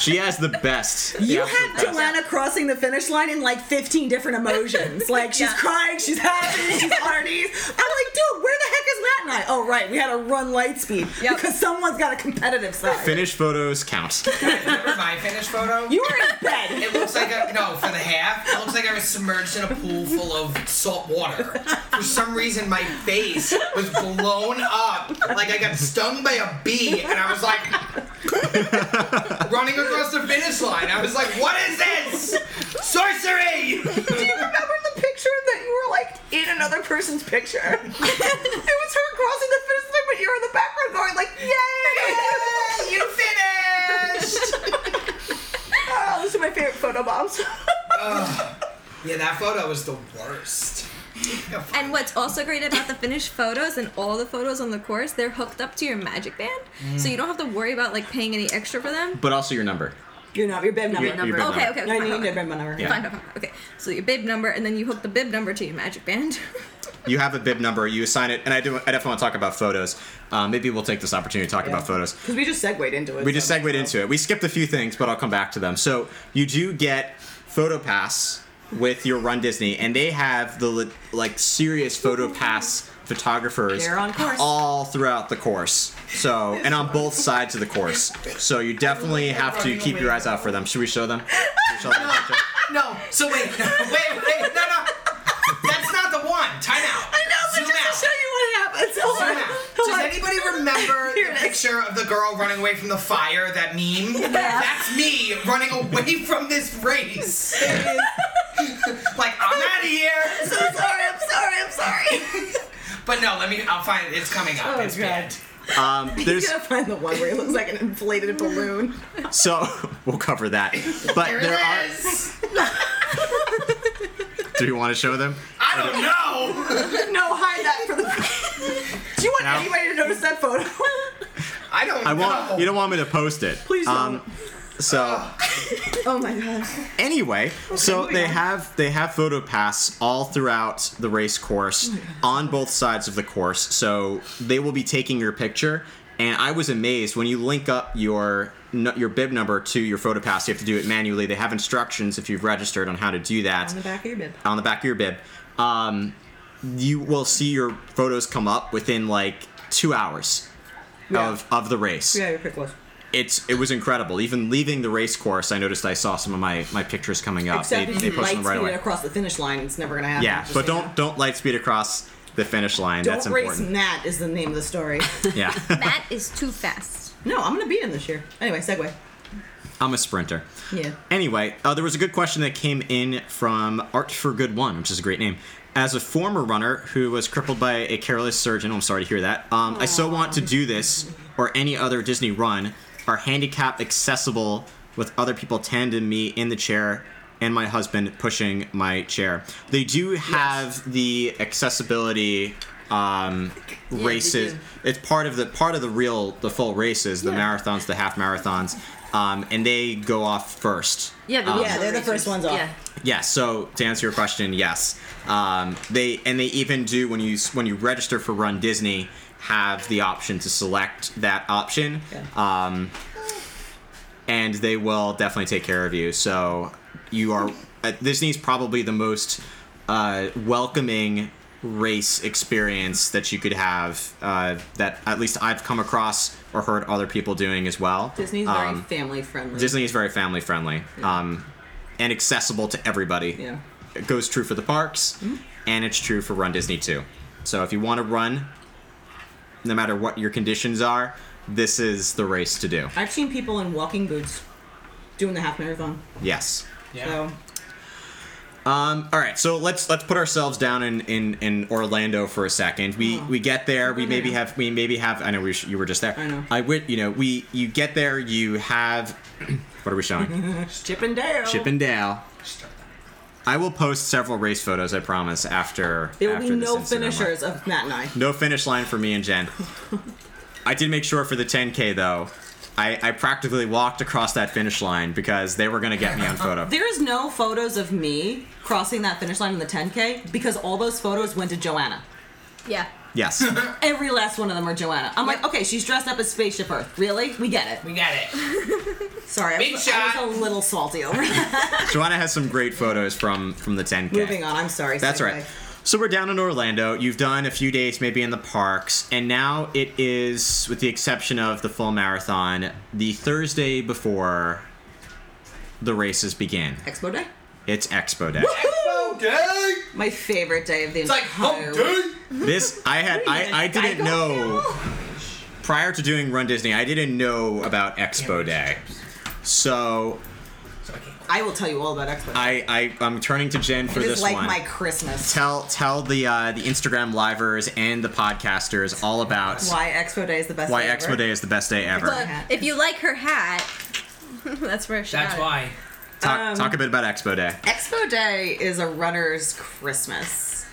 [SPEAKER 5] She has the best. the
[SPEAKER 3] You
[SPEAKER 5] absolute
[SPEAKER 3] have
[SPEAKER 5] best.
[SPEAKER 3] Joanna crossing the finish line in like 15 different [LAUGHS] emotions. Like she's
[SPEAKER 2] Yeah.
[SPEAKER 3] crying, she's happy, [LAUGHS] she's parties. I'm like, dude, where the heck is Matt and I? Oh right, we had to run light speed
[SPEAKER 2] Yep.
[SPEAKER 3] because someone's got a competitive side.
[SPEAKER 5] Finish photos count.
[SPEAKER 6] Remember my finish photo?
[SPEAKER 3] you were in bed. [LAUGHS]
[SPEAKER 6] It looks like I no for the half. It looks like I was submerged in a pool full of salt water. For some reason, my face was blown up, like I got stung by a bee, and I was like running across the finish line. I was like, "What is this? Sorcery!"
[SPEAKER 3] Do you remember the picture that you were like in another person's picture? [LAUGHS] it was her crossing the finish line, but you're in the background going like, [LAUGHS] yay!
[SPEAKER 6] you finished.
[SPEAKER 3] oh, those are my favorite photo bombs. [LAUGHS]
[SPEAKER 6] Yeah, that photo was the worst.
[SPEAKER 2] And what's also great about the finished photos and all the photos on the course, they're hooked up to your magic band, so you don't have to worry about like paying any extra for them.
[SPEAKER 5] But also your number.
[SPEAKER 3] You're not your bib number.
[SPEAKER 5] Your- your
[SPEAKER 7] number.
[SPEAKER 5] bib
[SPEAKER 2] Okay, okay,
[SPEAKER 3] No,
[SPEAKER 2] fine,
[SPEAKER 3] you need
[SPEAKER 2] fine,
[SPEAKER 3] your
[SPEAKER 2] fine,
[SPEAKER 3] bib number.
[SPEAKER 5] Yeah.
[SPEAKER 2] fine, fine, fine. Okay, so your bib number, and then you hook the bib number to your magic band. [LAUGHS]
[SPEAKER 5] You have a bib number. You assign it, and I do. I definitely want to talk about photos. Um, maybe we'll take this opportunity to talk about photos.
[SPEAKER 3] Because we just segued into it.
[SPEAKER 5] We just segued into it. We skipped a few things, but I'll come back to them. So you do get photo pass with your Run Disney, and they have the le- like serious photo pass photographers
[SPEAKER 3] They're on course.
[SPEAKER 5] all throughout the course. So and on both sides of the course. So you definitely have to keep your eyes out for them. Should we show them? Should we show them the picture?
[SPEAKER 3] [LAUGHS]
[SPEAKER 6] No. So wait, [LAUGHS] wait, wait, no, no. That's not the one. Time out.
[SPEAKER 3] I know, but
[SPEAKER 6] Zoom
[SPEAKER 3] just
[SPEAKER 6] out.
[SPEAKER 3] to show you what happens. Hold
[SPEAKER 6] Zoom
[SPEAKER 3] on.
[SPEAKER 6] out.
[SPEAKER 3] Hold
[SPEAKER 6] Does
[SPEAKER 3] on.
[SPEAKER 6] anybody
[SPEAKER 3] [LAUGHS]
[SPEAKER 6] remember
[SPEAKER 3] Here it
[SPEAKER 6] the
[SPEAKER 3] is.
[SPEAKER 6] picture of the girl running away from the fire, that
[SPEAKER 3] [LAUGHS]
[SPEAKER 6] meme. That's me running away from this
[SPEAKER 3] [LAUGHS]
[SPEAKER 6] race. like, I'm out of here.
[SPEAKER 7] so sorry. I'm sorry. I'm sorry.
[SPEAKER 6] But no, let me, I'll find it. It's coming up.
[SPEAKER 3] Oh,
[SPEAKER 6] it's
[SPEAKER 3] God.
[SPEAKER 6] banned.
[SPEAKER 5] Um, there's
[SPEAKER 3] gotta find the one where it looks like an inflated
[SPEAKER 5] [LAUGHS]
[SPEAKER 3] balloon.
[SPEAKER 5] so we'll cover that. But
[SPEAKER 6] There
[SPEAKER 5] there,
[SPEAKER 6] it
[SPEAKER 5] are.
[SPEAKER 6] is.
[SPEAKER 5] Do you want to show them?
[SPEAKER 6] I don't know.
[SPEAKER 3] no, hide that
[SPEAKER 5] [LAUGHS]
[SPEAKER 3] for the. Do you want
[SPEAKER 5] No.
[SPEAKER 3] anybody to notice that
[SPEAKER 5] [LAUGHS]
[SPEAKER 3] photo?
[SPEAKER 6] I don't
[SPEAKER 5] I
[SPEAKER 6] know.
[SPEAKER 5] want. You don't want me to post it.
[SPEAKER 3] Please
[SPEAKER 5] Um, so
[SPEAKER 3] oh my god.
[SPEAKER 5] anyway, so
[SPEAKER 3] moving
[SPEAKER 5] they
[SPEAKER 3] on.
[SPEAKER 5] have they have photo pass all throughout the race
[SPEAKER 3] Oh
[SPEAKER 5] course on both sides of the course. So they will be taking your picture. And I was amazed when you link up your nu- your bib number to your photo pass. You have to do it manually. They have instructions if you've registered on how to do that.
[SPEAKER 3] On the back of your bib.
[SPEAKER 5] on the back of your bib, um, you will see your photos come up within like two hours
[SPEAKER 3] Yeah.
[SPEAKER 5] of of the race.
[SPEAKER 3] Yeah, your pick was.
[SPEAKER 5] It's it was incredible. Even leaving the race course, I noticed I saw some of my my pictures coming up.
[SPEAKER 3] Except
[SPEAKER 5] they
[SPEAKER 3] if
[SPEAKER 5] they
[SPEAKER 3] you light
[SPEAKER 5] posted them right
[SPEAKER 3] speed it
[SPEAKER 5] away.
[SPEAKER 3] across the finish line, it's never gonna happen.
[SPEAKER 5] Yeah,
[SPEAKER 3] Just
[SPEAKER 5] but
[SPEAKER 3] so you
[SPEAKER 5] don't
[SPEAKER 3] know.
[SPEAKER 5] don't light speed across the finish line. That's
[SPEAKER 3] Don't race [LAUGHS]
[SPEAKER 5] important.
[SPEAKER 3] Nat is the name of the
[SPEAKER 5] [LAUGHS]
[SPEAKER 3] story.
[SPEAKER 5] Yeah,
[SPEAKER 2] That is too fast.
[SPEAKER 3] no, I'm gonna beat him this year. Anyway, segue.
[SPEAKER 5] I'm a sprinter.
[SPEAKER 3] Yeah.
[SPEAKER 5] Anyway, uh, there was a good question that came in from Art for Good One, which is a great name. As a former runner who was crippled by a careless surgeon, oh, I'm sorry to hear that. Um, I so want to do this or any other Disney run. Are handicap accessible with other people tandem me in the chair and my husband pushing my chair? They do have the accessibility um,
[SPEAKER 7] they
[SPEAKER 5] races.
[SPEAKER 7] do.
[SPEAKER 5] It's part of the part of the real the full races, the
[SPEAKER 3] Yeah.
[SPEAKER 5] marathons, the half marathons, um, and they go off first.
[SPEAKER 7] Yeah,
[SPEAKER 6] Oh.
[SPEAKER 5] Um,
[SPEAKER 3] yeah, they're the first ones off.
[SPEAKER 7] Yeah.
[SPEAKER 5] yeah, so to answer your question, yes. Um, they and they even do when you when you register for Run Disney have the option to select that option, um, and they will definitely take care of you. So you are uh, Disney's probably the most uh, welcoming race experience that you could have uh, that at least I've come across or heard other people doing as well.
[SPEAKER 3] Disney's very
[SPEAKER 5] Um,
[SPEAKER 3] family friendly.
[SPEAKER 5] Disney is very family friendly um, and accessible to everybody.
[SPEAKER 3] Yeah. Mm-hmm.
[SPEAKER 5] It goes true for the parks and it's true for Run Disney too. So if you want to run, no matter what your conditions are, this is the race to do.
[SPEAKER 3] I've seen people in walking boots doing the half marathon.
[SPEAKER 5] Yes.
[SPEAKER 6] Yeah.
[SPEAKER 3] So
[SPEAKER 5] Um, all right, so let's let's put ourselves down in, in, in Orlando for a second. We
[SPEAKER 3] Oh.
[SPEAKER 5] we get there. We maybe have we maybe have. I know we sh- you were just there.
[SPEAKER 3] I know.
[SPEAKER 5] I would you know we you get there. You have [CLEARS THROAT] what are we
[SPEAKER 3] Mm-hmm.
[SPEAKER 5] showing?
[SPEAKER 3] Chip and Dale.
[SPEAKER 5] Chippendale. I will post several race photos, I promise, after.
[SPEAKER 3] There will
[SPEAKER 5] after
[SPEAKER 3] be
[SPEAKER 5] this
[SPEAKER 3] no
[SPEAKER 5] Instagram
[SPEAKER 3] finishers
[SPEAKER 5] live.
[SPEAKER 3] of Matt and I.
[SPEAKER 5] No finish line for me and
[SPEAKER 3] [LAUGHS]
[SPEAKER 5] Jen. I did make sure for the 10K, though, I, I practically walked across that finish line because they were going to get me on
[SPEAKER 3] [LAUGHS]
[SPEAKER 5] photo.
[SPEAKER 3] There is no photos of me crossing that finish line in the 10K because all those photos went to Joanna.
[SPEAKER 2] Yeah.
[SPEAKER 5] yes.
[SPEAKER 3] Every last one of them are Joanna. I'm like, okay, she's dressed up as Spaceship Earth. Really? We get it.
[SPEAKER 6] We got it.
[SPEAKER 3] Sorry, I
[SPEAKER 6] Big
[SPEAKER 3] was,
[SPEAKER 6] shot.
[SPEAKER 3] I was a little salty over that.
[SPEAKER 5] Joanna has some great photos from, from the 10K.
[SPEAKER 3] Moving on. I'm sorry.
[SPEAKER 5] That's
[SPEAKER 3] segue.
[SPEAKER 5] right. So we're down in Orlando. You've done a few days maybe in the parks, and now it is, with the exception of the full marathon, the Thursday before the races begin.
[SPEAKER 3] Expo Day.
[SPEAKER 5] It's Expo Day.
[SPEAKER 6] Expo day.
[SPEAKER 3] My favorite day of the
[SPEAKER 6] It's like oh,
[SPEAKER 3] entire.
[SPEAKER 6] hump day.
[SPEAKER 5] This I had I, I didn't know prior to doing Run Disney, I didn't know about Expo Day. So
[SPEAKER 3] I will tell you all about Expo. Day.
[SPEAKER 5] I, I I'm turning to Jen for
[SPEAKER 3] it
[SPEAKER 5] this
[SPEAKER 3] is like
[SPEAKER 5] one.
[SPEAKER 3] my Christmas.
[SPEAKER 5] tell tell the uh, the Instagram livers and the podcasters all about
[SPEAKER 3] Why Expo Day is the best.
[SPEAKER 5] why
[SPEAKER 3] day ever.
[SPEAKER 5] Expo Day is the best day ever.
[SPEAKER 2] Look, if you like her hat, [LAUGHS] that's where she
[SPEAKER 6] That's
[SPEAKER 2] got it.
[SPEAKER 6] why.
[SPEAKER 5] Talk, talk a bit about Expo Day.
[SPEAKER 3] Um, Expo Day is a runner's Christmas.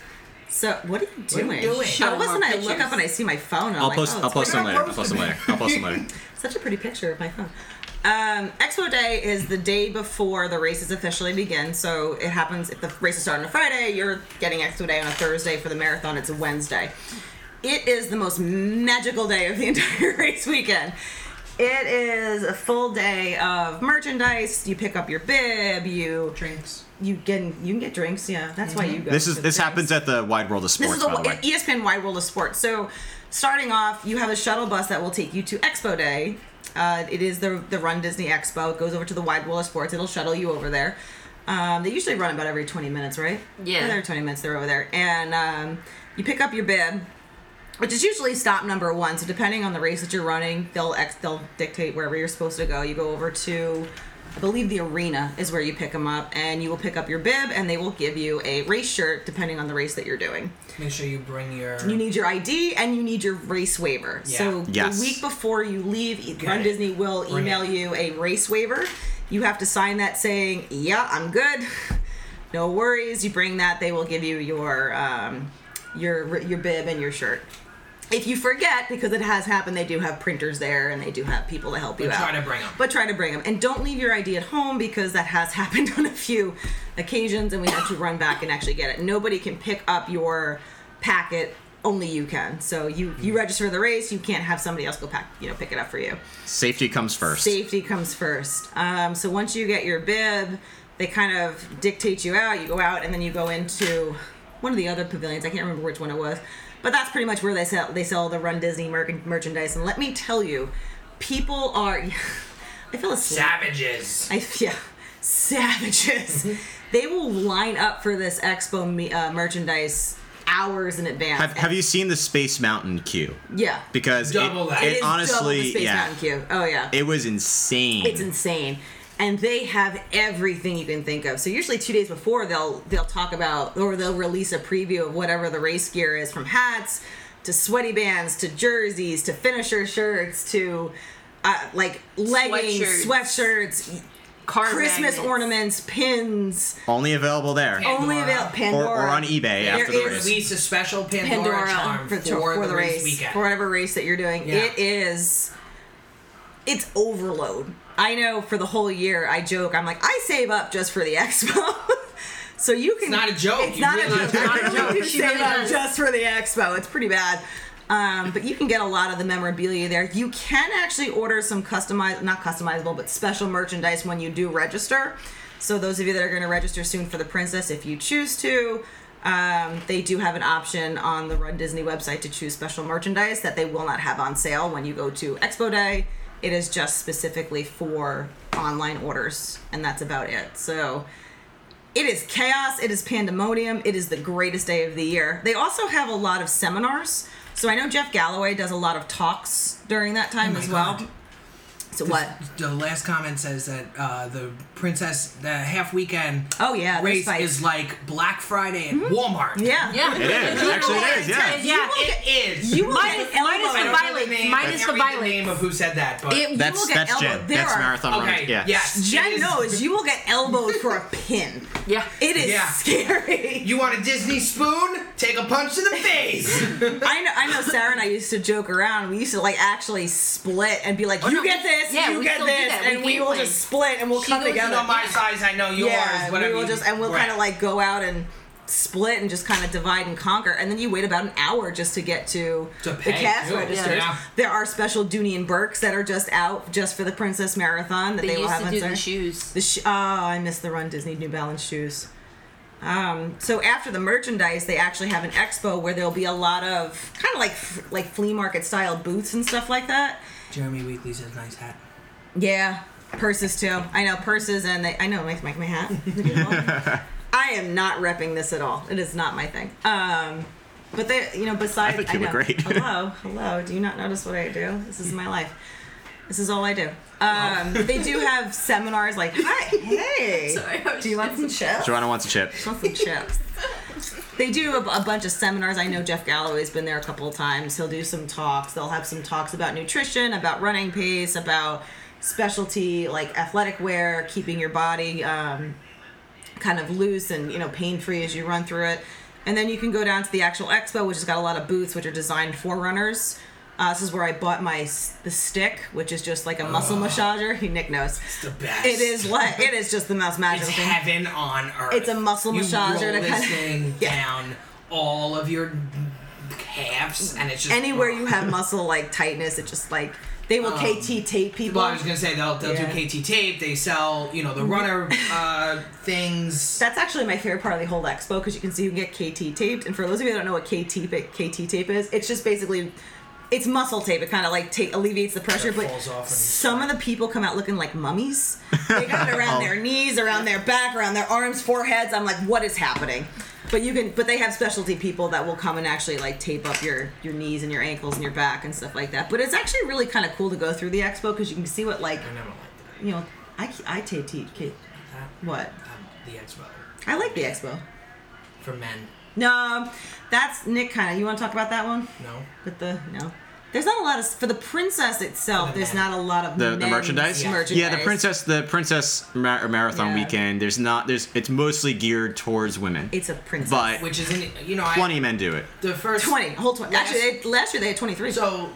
[SPEAKER 3] So what are you doing?
[SPEAKER 6] What are you doing?
[SPEAKER 3] How wasn't
[SPEAKER 7] more
[SPEAKER 3] I look
[SPEAKER 7] pictures.
[SPEAKER 3] up and I see my phone? and I'm
[SPEAKER 5] I'll
[SPEAKER 3] like,
[SPEAKER 5] post
[SPEAKER 3] oh,
[SPEAKER 5] I'll
[SPEAKER 3] it's
[SPEAKER 5] post
[SPEAKER 3] my-
[SPEAKER 5] them later. I'll post them later. I'll post
[SPEAKER 3] [LAUGHS]
[SPEAKER 5] them later.
[SPEAKER 3] Such a pretty picture of my phone. Um, Expo Day is the day before the races officially begin. So it happens if the races start on a Friday, you're getting Expo Day on a Thursday for the marathon. It's a Wednesday. It is the most magical day of the [LAUGHS] entire race weekend. It is a full day of merchandise. You pick up your bib. You
[SPEAKER 6] Drinks.
[SPEAKER 3] you get you can get drinks. Yeah, that's why you go.
[SPEAKER 5] This is
[SPEAKER 3] to drinks.
[SPEAKER 5] this happens at the Wide World of Sports.
[SPEAKER 3] This is a, E-
[SPEAKER 5] by the way.
[SPEAKER 3] ESPN Wide World of Sports. So, starting off, you have a shuttle bus that will take you to Expo Day. Uh, it is the the Run Disney Expo. It goes over to the Wide World of Sports. It'll shuttle you over there. Um, they usually run about every twenty minutes, right?
[SPEAKER 7] Yeah.
[SPEAKER 3] every twenty minutes they're over there, and um, you pick up your bib. which is usually stop number one. So depending on the race that you're running, they'll ex- they'll dictate wherever you're supposed to go. You go over to, I believe the arena is where you pick them up, and you will pick up your bib, and they will give you a race shirt depending on the race that you're doing.
[SPEAKER 6] Make sure you bring your.
[SPEAKER 3] You need your ID and you need your race waiver.
[SPEAKER 6] Yeah.
[SPEAKER 3] So
[SPEAKER 5] Yes.
[SPEAKER 3] the week before you leave,
[SPEAKER 6] Got
[SPEAKER 3] Run
[SPEAKER 6] it.
[SPEAKER 3] Disney will
[SPEAKER 6] Bring
[SPEAKER 3] email
[SPEAKER 6] it.
[SPEAKER 3] you a race waiver. You have to sign that saying, "Yeah, I'm good. [LAUGHS] No worries." You bring that, they will give you your um, your your bib and your shirt. If you forget, because it has happened, they do have printers there and they do have people to help you
[SPEAKER 6] But
[SPEAKER 3] out.
[SPEAKER 6] try to bring 'em.
[SPEAKER 3] But try to bring them. And don't leave your ID at home because that has [LAUGHS] happened on a few occasions and we had to run back and actually get it. Nobody can pick up your packet, only you can. So you, you register the race, you can't have somebody else go pack, you know, pick it up for you.
[SPEAKER 5] Safety comes first.
[SPEAKER 3] Safety comes first. Um, so once you get your bib, they kind of dictate you out. You go out and then you go into one of the other pavilions. I can't remember which one it was, but that's pretty much where they sell they sell the Run Disney merc- merchandise. And let me tell you, people are. [LAUGHS] I feel asleep.
[SPEAKER 6] Savages.
[SPEAKER 3] I yeah, savages.
[SPEAKER 5] Mm-hmm.
[SPEAKER 3] they will line up for this expo me- uh, merchandise hours in advance.
[SPEAKER 5] Have, have you seen the Space Mountain queue?
[SPEAKER 3] yeah.
[SPEAKER 5] Because it-
[SPEAKER 6] Double that.
[SPEAKER 5] it,
[SPEAKER 6] It
[SPEAKER 3] is double the
[SPEAKER 5] honestly,
[SPEAKER 3] Space
[SPEAKER 5] yeah,
[SPEAKER 3] Mountain queue. Oh yeah.
[SPEAKER 5] it was insane.
[SPEAKER 3] It's insane. And they have everything you can think of. So usually two days before they'll they'll talk about or they'll release a preview of whatever the race gear is from hats to sweaty bands to jerseys to finisher shirts to uh, like leggings,
[SPEAKER 7] Sweatshirts.
[SPEAKER 3] sweatshirts,
[SPEAKER 7] Car
[SPEAKER 3] Christmas
[SPEAKER 7] magnets.
[SPEAKER 3] ornaments, pins,
[SPEAKER 5] Only available there,
[SPEAKER 6] Pandora.
[SPEAKER 3] only avail
[SPEAKER 5] or,
[SPEAKER 3] Pandora
[SPEAKER 5] or on eBay
[SPEAKER 3] Oh There
[SPEAKER 5] after the
[SPEAKER 3] is-
[SPEAKER 5] race.
[SPEAKER 6] Release a special Pandora,
[SPEAKER 3] Pandora
[SPEAKER 6] charm
[SPEAKER 3] for,
[SPEAKER 6] for,
[SPEAKER 3] for,
[SPEAKER 6] the,
[SPEAKER 3] the
[SPEAKER 6] race,
[SPEAKER 3] race,
[SPEAKER 6] weekend.
[SPEAKER 3] for whatever race that you're doing.
[SPEAKER 6] Yeah.
[SPEAKER 3] It is, it's overload. I know for the whole year, I joke. I'm like, I save up just for the [LAUGHS] expo. so you can. It's
[SPEAKER 6] not a joke.
[SPEAKER 3] It's
[SPEAKER 6] You
[SPEAKER 3] not a joke.
[SPEAKER 6] realize [LAUGHS] it's not a
[SPEAKER 3] I
[SPEAKER 6] joke.
[SPEAKER 3] [LAUGHS] really do
[SPEAKER 7] She
[SPEAKER 3] save
[SPEAKER 7] really
[SPEAKER 3] up
[SPEAKER 7] does.
[SPEAKER 3] just for the expo. It's pretty bad. Um, but you can get a lot of the memorabilia there. You can actually order some customized, not customizable, but special merchandise when you do register. So those of you that are going to register soon for the princess, if you choose to, um, they do have an option on the Run Disney website to choose special merchandise that they will not have on sale when you go to Expo Day. It is just specifically for online orders, and that's about it. So it is chaos. It is pandemonium. It is the greatest day of the year. They also have a lot of seminars. So I know Jeff Galloway does a lot of talks during that time
[SPEAKER 6] Oh my
[SPEAKER 3] as well.
[SPEAKER 6] God.
[SPEAKER 3] So what?
[SPEAKER 6] The last comment says that uh, the princess, the half weekend
[SPEAKER 3] Oh yeah, there's
[SPEAKER 6] race
[SPEAKER 3] fights. Mm-hmm.
[SPEAKER 6] is like Black Friday at Walmart.
[SPEAKER 3] yeah.
[SPEAKER 7] Yeah.
[SPEAKER 5] It is. Actually, it is. Yeah.
[SPEAKER 7] Yeah.
[SPEAKER 3] You will
[SPEAKER 7] it-
[SPEAKER 3] get-
[SPEAKER 6] It is.
[SPEAKER 3] You will
[SPEAKER 7] Minus-
[SPEAKER 3] get elbowed.
[SPEAKER 7] minus the
[SPEAKER 6] I don't know
[SPEAKER 7] violence.
[SPEAKER 6] the name. I
[SPEAKER 7] Minus
[SPEAKER 6] can't
[SPEAKER 7] the
[SPEAKER 6] read
[SPEAKER 7] violence.
[SPEAKER 6] name of who said that, but
[SPEAKER 3] It- you
[SPEAKER 5] That's
[SPEAKER 3] will get
[SPEAKER 5] that's Jen.
[SPEAKER 3] elbowed. There
[SPEAKER 5] That's
[SPEAKER 3] are-
[SPEAKER 5] marathon
[SPEAKER 6] okay,
[SPEAKER 5] running. Yeah.
[SPEAKER 6] yes, it
[SPEAKER 3] Jen
[SPEAKER 6] is-
[SPEAKER 3] knows you will get elbowed for a pin.
[SPEAKER 7] [LAUGHS] Yeah.
[SPEAKER 3] It is
[SPEAKER 6] Yeah. [LAUGHS]
[SPEAKER 3] scary.
[SPEAKER 6] You want a Disney spoon? Take a punch to the
[SPEAKER 3] [LAUGHS]
[SPEAKER 6] face.
[SPEAKER 3] I know. I know. Sarah and I used to joke around. We used to like actually split and be like, "You
[SPEAKER 7] Oh, no,
[SPEAKER 3] get
[SPEAKER 7] we-
[SPEAKER 3] this,
[SPEAKER 7] yeah,
[SPEAKER 3] you
[SPEAKER 7] we
[SPEAKER 3] get
[SPEAKER 7] still do
[SPEAKER 3] this,"
[SPEAKER 7] that. We
[SPEAKER 3] and we,
[SPEAKER 7] game
[SPEAKER 3] will
[SPEAKER 7] plan.
[SPEAKER 3] just split and we'll
[SPEAKER 7] She
[SPEAKER 3] come
[SPEAKER 7] goes, you
[SPEAKER 3] together.
[SPEAKER 6] know my size. I know yours.
[SPEAKER 3] we
[SPEAKER 6] whatever
[SPEAKER 3] will
[SPEAKER 6] you-
[SPEAKER 3] just and we'll
[SPEAKER 6] right.
[SPEAKER 3] kind of like go out and split and just kind of divide and conquer, and then you wait about an hour just to get to,
[SPEAKER 6] To
[SPEAKER 3] the
[SPEAKER 6] pay,
[SPEAKER 3] cash
[SPEAKER 6] too.
[SPEAKER 3] registers.
[SPEAKER 6] Yeah.
[SPEAKER 3] There are special Dooney and Burks that are just out just for the Princess Marathon that
[SPEAKER 7] They,
[SPEAKER 3] they, will
[SPEAKER 7] used
[SPEAKER 3] have
[SPEAKER 7] to
[SPEAKER 3] on
[SPEAKER 7] do
[SPEAKER 3] Saturday.
[SPEAKER 7] the shoes.
[SPEAKER 3] The sh- oh, I miss the Run Disney New Balance shoes. Um, so after the merchandise, they actually have an expo where there'll be a lot of kind of like f- like flea market style booths and stuff like that.
[SPEAKER 6] Jeremy Weekly says nice hat.
[SPEAKER 3] Yeah, purses too. I know purses, and they, I know my my, my hat.
[SPEAKER 5] [LAUGHS]
[SPEAKER 3] I am not repping this at all. It is not my thing. Um, but they, you know, besides,
[SPEAKER 5] I think you look
[SPEAKER 3] know.
[SPEAKER 5] great.
[SPEAKER 3] hello, hello. Do you not notice what I do? This is my life. This is all I do. Um,
[SPEAKER 5] Oh.
[SPEAKER 3] they do
[SPEAKER 5] [LAUGHS]
[SPEAKER 3] have seminars like, hi, hey,
[SPEAKER 7] [LAUGHS] Sorry, I was
[SPEAKER 3] do you want some chips?
[SPEAKER 5] Joanna wants a chip.
[SPEAKER 3] Want some chips? They do a, a bunch of seminars. I know Jeff Galloway's been there a couple of times. He'll do some talks. They'll have some talks about nutrition, about running pace, about specialty like athletic wear, keeping your body um, kind of loose and you know pain free as you run through it. And then you can go down to the actual expo, which has got a lot of booths which are designed for runners. Uh, this is where I bought my s- the stick, which is just like a muscle massager. [LAUGHS] He Nick knows.
[SPEAKER 6] The best.
[SPEAKER 3] It is what it is just the most magical
[SPEAKER 6] It's
[SPEAKER 3] thing.
[SPEAKER 6] heaven on earth.
[SPEAKER 3] It's a muscle
[SPEAKER 6] you
[SPEAKER 3] massager
[SPEAKER 6] Roll
[SPEAKER 3] to
[SPEAKER 6] this
[SPEAKER 3] kinda-
[SPEAKER 6] thing
[SPEAKER 3] [LAUGHS] Yeah.
[SPEAKER 6] down all of your calves, and it's just [LAUGHS]
[SPEAKER 3] anywhere you have muscle like tightness, it just like they will KT tape people.
[SPEAKER 6] Well, I was gonna say they'll, they'll
[SPEAKER 3] Yeah. Mm-hmm.
[SPEAKER 6] do KT tape. They sell you know the runner uh, things.
[SPEAKER 3] That's actually my favorite part of the whole expo because you can see you can get KT taped. And for those of you that don't know what KT pa- KT tape is, it's just basically it's muscle tape. It kind of like take alleviates the pressure,
[SPEAKER 6] It
[SPEAKER 3] but
[SPEAKER 6] falls off and-
[SPEAKER 3] some of the people come out looking like mummies. They got it around their knees, around their back, around their arms, foreheads. I'm like, what is happening? But you can, but they have specialty people that will come and actually like tape up your your knees and your ankles and your back and stuff like that. But it's actually really kind of cool to go through the expo because you can see what like
[SPEAKER 6] I never liked
[SPEAKER 3] you know I I tape teach Kate.
[SPEAKER 6] that.
[SPEAKER 3] What?
[SPEAKER 6] Um, the expo
[SPEAKER 3] I like the expo.
[SPEAKER 6] for men.
[SPEAKER 3] No, that's Nick kind of. You want to talk about that one?
[SPEAKER 6] No.
[SPEAKER 3] With the no. There's not a lot of for the princess itself.
[SPEAKER 6] For the
[SPEAKER 3] There's
[SPEAKER 6] men.
[SPEAKER 3] not a lot of
[SPEAKER 5] the, the
[SPEAKER 3] men's
[SPEAKER 5] merchandise?
[SPEAKER 3] merchandise.
[SPEAKER 5] Yeah, the princess the princess mar- marathon
[SPEAKER 3] Yeah.
[SPEAKER 5] weekend. There's not there's it's mostly geared towards women.
[SPEAKER 3] It's a princess.
[SPEAKER 5] but
[SPEAKER 6] Which is in you know I-
[SPEAKER 5] plenty men do it.
[SPEAKER 6] The first
[SPEAKER 3] twenty, a whole twenty.
[SPEAKER 6] Last-
[SPEAKER 3] Actually, they, last year they had twenty-three.
[SPEAKER 6] So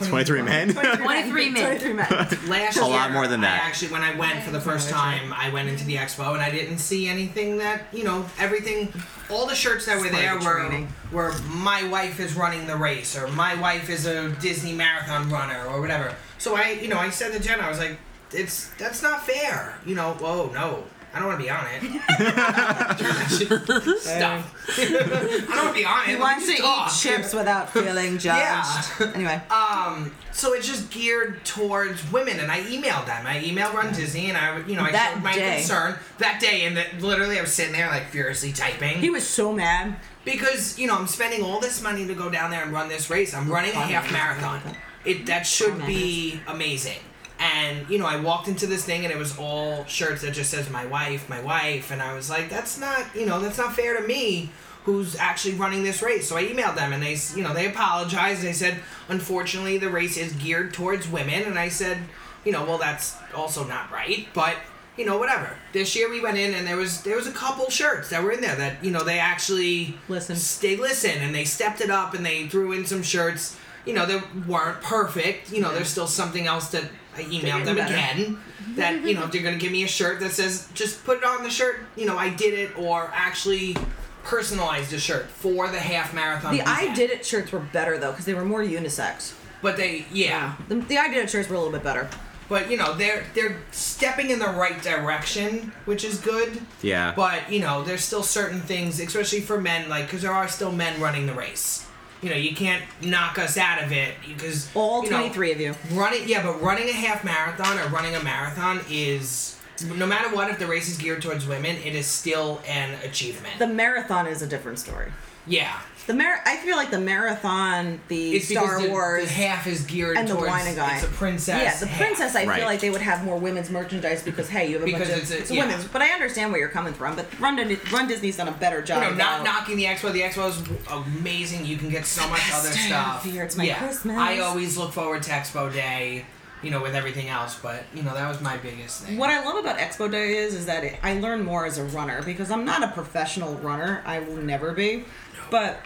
[SPEAKER 5] 23 men.
[SPEAKER 2] 23 men.
[SPEAKER 3] Twenty-three men.
[SPEAKER 6] [LAUGHS] Last
[SPEAKER 5] A
[SPEAKER 6] year,
[SPEAKER 5] lot more than that.
[SPEAKER 6] I actually, when I went for the first time, I went into the expo and I didn't see anything that you know. Everything, all the shirts that were
[SPEAKER 3] It's
[SPEAKER 6] there
[SPEAKER 3] like
[SPEAKER 6] were
[SPEAKER 3] training.
[SPEAKER 6] were my wife is running the race or my wife is a Disney marathon runner or whatever. So I, you know, I said to Jen, I was like, it's that's not fair. You know, whoa, no. I don't want to be on
[SPEAKER 3] [LAUGHS]
[SPEAKER 6] it. [LAUGHS] Stop. [LAUGHS] I don't want to be on
[SPEAKER 3] He
[SPEAKER 6] it. Let me [LAUGHS]
[SPEAKER 3] wants to
[SPEAKER 6] just talk.
[SPEAKER 3] eat chips without feeling judged.
[SPEAKER 6] Yeah.
[SPEAKER 3] Anyway,
[SPEAKER 6] Um, so it's just geared towards women, and I emailed them. I emailed Run Disney, and I, you know, I
[SPEAKER 3] That
[SPEAKER 6] showed my
[SPEAKER 3] day.
[SPEAKER 6] concern that day, and that literally I was sitting there like furiously typing
[SPEAKER 3] he was so mad.
[SPEAKER 6] because you know I'm spending all this money to go down there and run this race. I'm running a half marathon. It that should be amazing. And you know, I walked into this thing and it was all shirts that just says my wife, my wife, and I was like, that's not you know that's not fair to me. Who's actually running this race? So I emailed them and they s- you know they apologized. They said unfortunately the race is geared towards women, and I said you know well that's also not right, but you know whatever. This year we went in and there was there was a couple shirts that were in there that you know they actually
[SPEAKER 3] Listen.
[SPEAKER 6] s- they listened and they stepped it up and they threw in some shirts. You know that weren't perfect. You know there's still something else that I emailed them
[SPEAKER 3] better.
[SPEAKER 6] again. That you know if they're gonna give me a shirt that says just put it on the shirt. You know I did it or actually personalize the shirt for the half marathon.
[SPEAKER 3] The I
[SPEAKER 6] weekend.
[SPEAKER 3] did it shirts were better though because they were more unisex.
[SPEAKER 6] but they yeah.
[SPEAKER 3] The, the I did it shirts were a little bit better.
[SPEAKER 6] But you know they're they're stepping in the right direction, which is good.
[SPEAKER 5] Yeah.
[SPEAKER 6] But you know, there's still certain things, especially for men, like because there are still men running the race. You know, you can't knock us out of it because
[SPEAKER 3] All
[SPEAKER 6] you know,
[SPEAKER 3] twenty-three of you.
[SPEAKER 6] Running, yeah, but running a half marathon or running a marathon is no matter what. If the race is geared towards women, it is still an achievement.
[SPEAKER 3] The marathon is a different story.
[SPEAKER 6] yeah,
[SPEAKER 3] The mar- I feel like the marathon, the
[SPEAKER 6] it's because
[SPEAKER 3] Star
[SPEAKER 6] the,
[SPEAKER 3] Wars,
[SPEAKER 6] the half is geared
[SPEAKER 3] and the
[SPEAKER 6] towards
[SPEAKER 3] wine guy.
[SPEAKER 6] It's a princess.
[SPEAKER 3] Yeah, the
[SPEAKER 6] half.
[SPEAKER 3] princess. I
[SPEAKER 5] Right.
[SPEAKER 3] feel like they would have more women's merchandise because hey, you have a
[SPEAKER 6] Because
[SPEAKER 3] bunch
[SPEAKER 6] it's
[SPEAKER 3] of
[SPEAKER 6] a-
[SPEAKER 3] it's
[SPEAKER 6] yeah.
[SPEAKER 3] women's. But I understand where you're coming from. But Run, Di- Run Disney's done a better job.
[SPEAKER 6] You know, not
[SPEAKER 3] about-
[SPEAKER 6] knocking the expo. The expo is amazing. You can get so much
[SPEAKER 3] Best
[SPEAKER 6] other
[SPEAKER 3] day of
[SPEAKER 6] stuff.
[SPEAKER 3] the year. It's my Christmas.
[SPEAKER 6] I always look forward to expo day. You know, with everything else, but you know that was my biggest thing.
[SPEAKER 3] What I love about Expo Day is is that it, I learn more as a runner because I'm not a professional runner. I will never be, but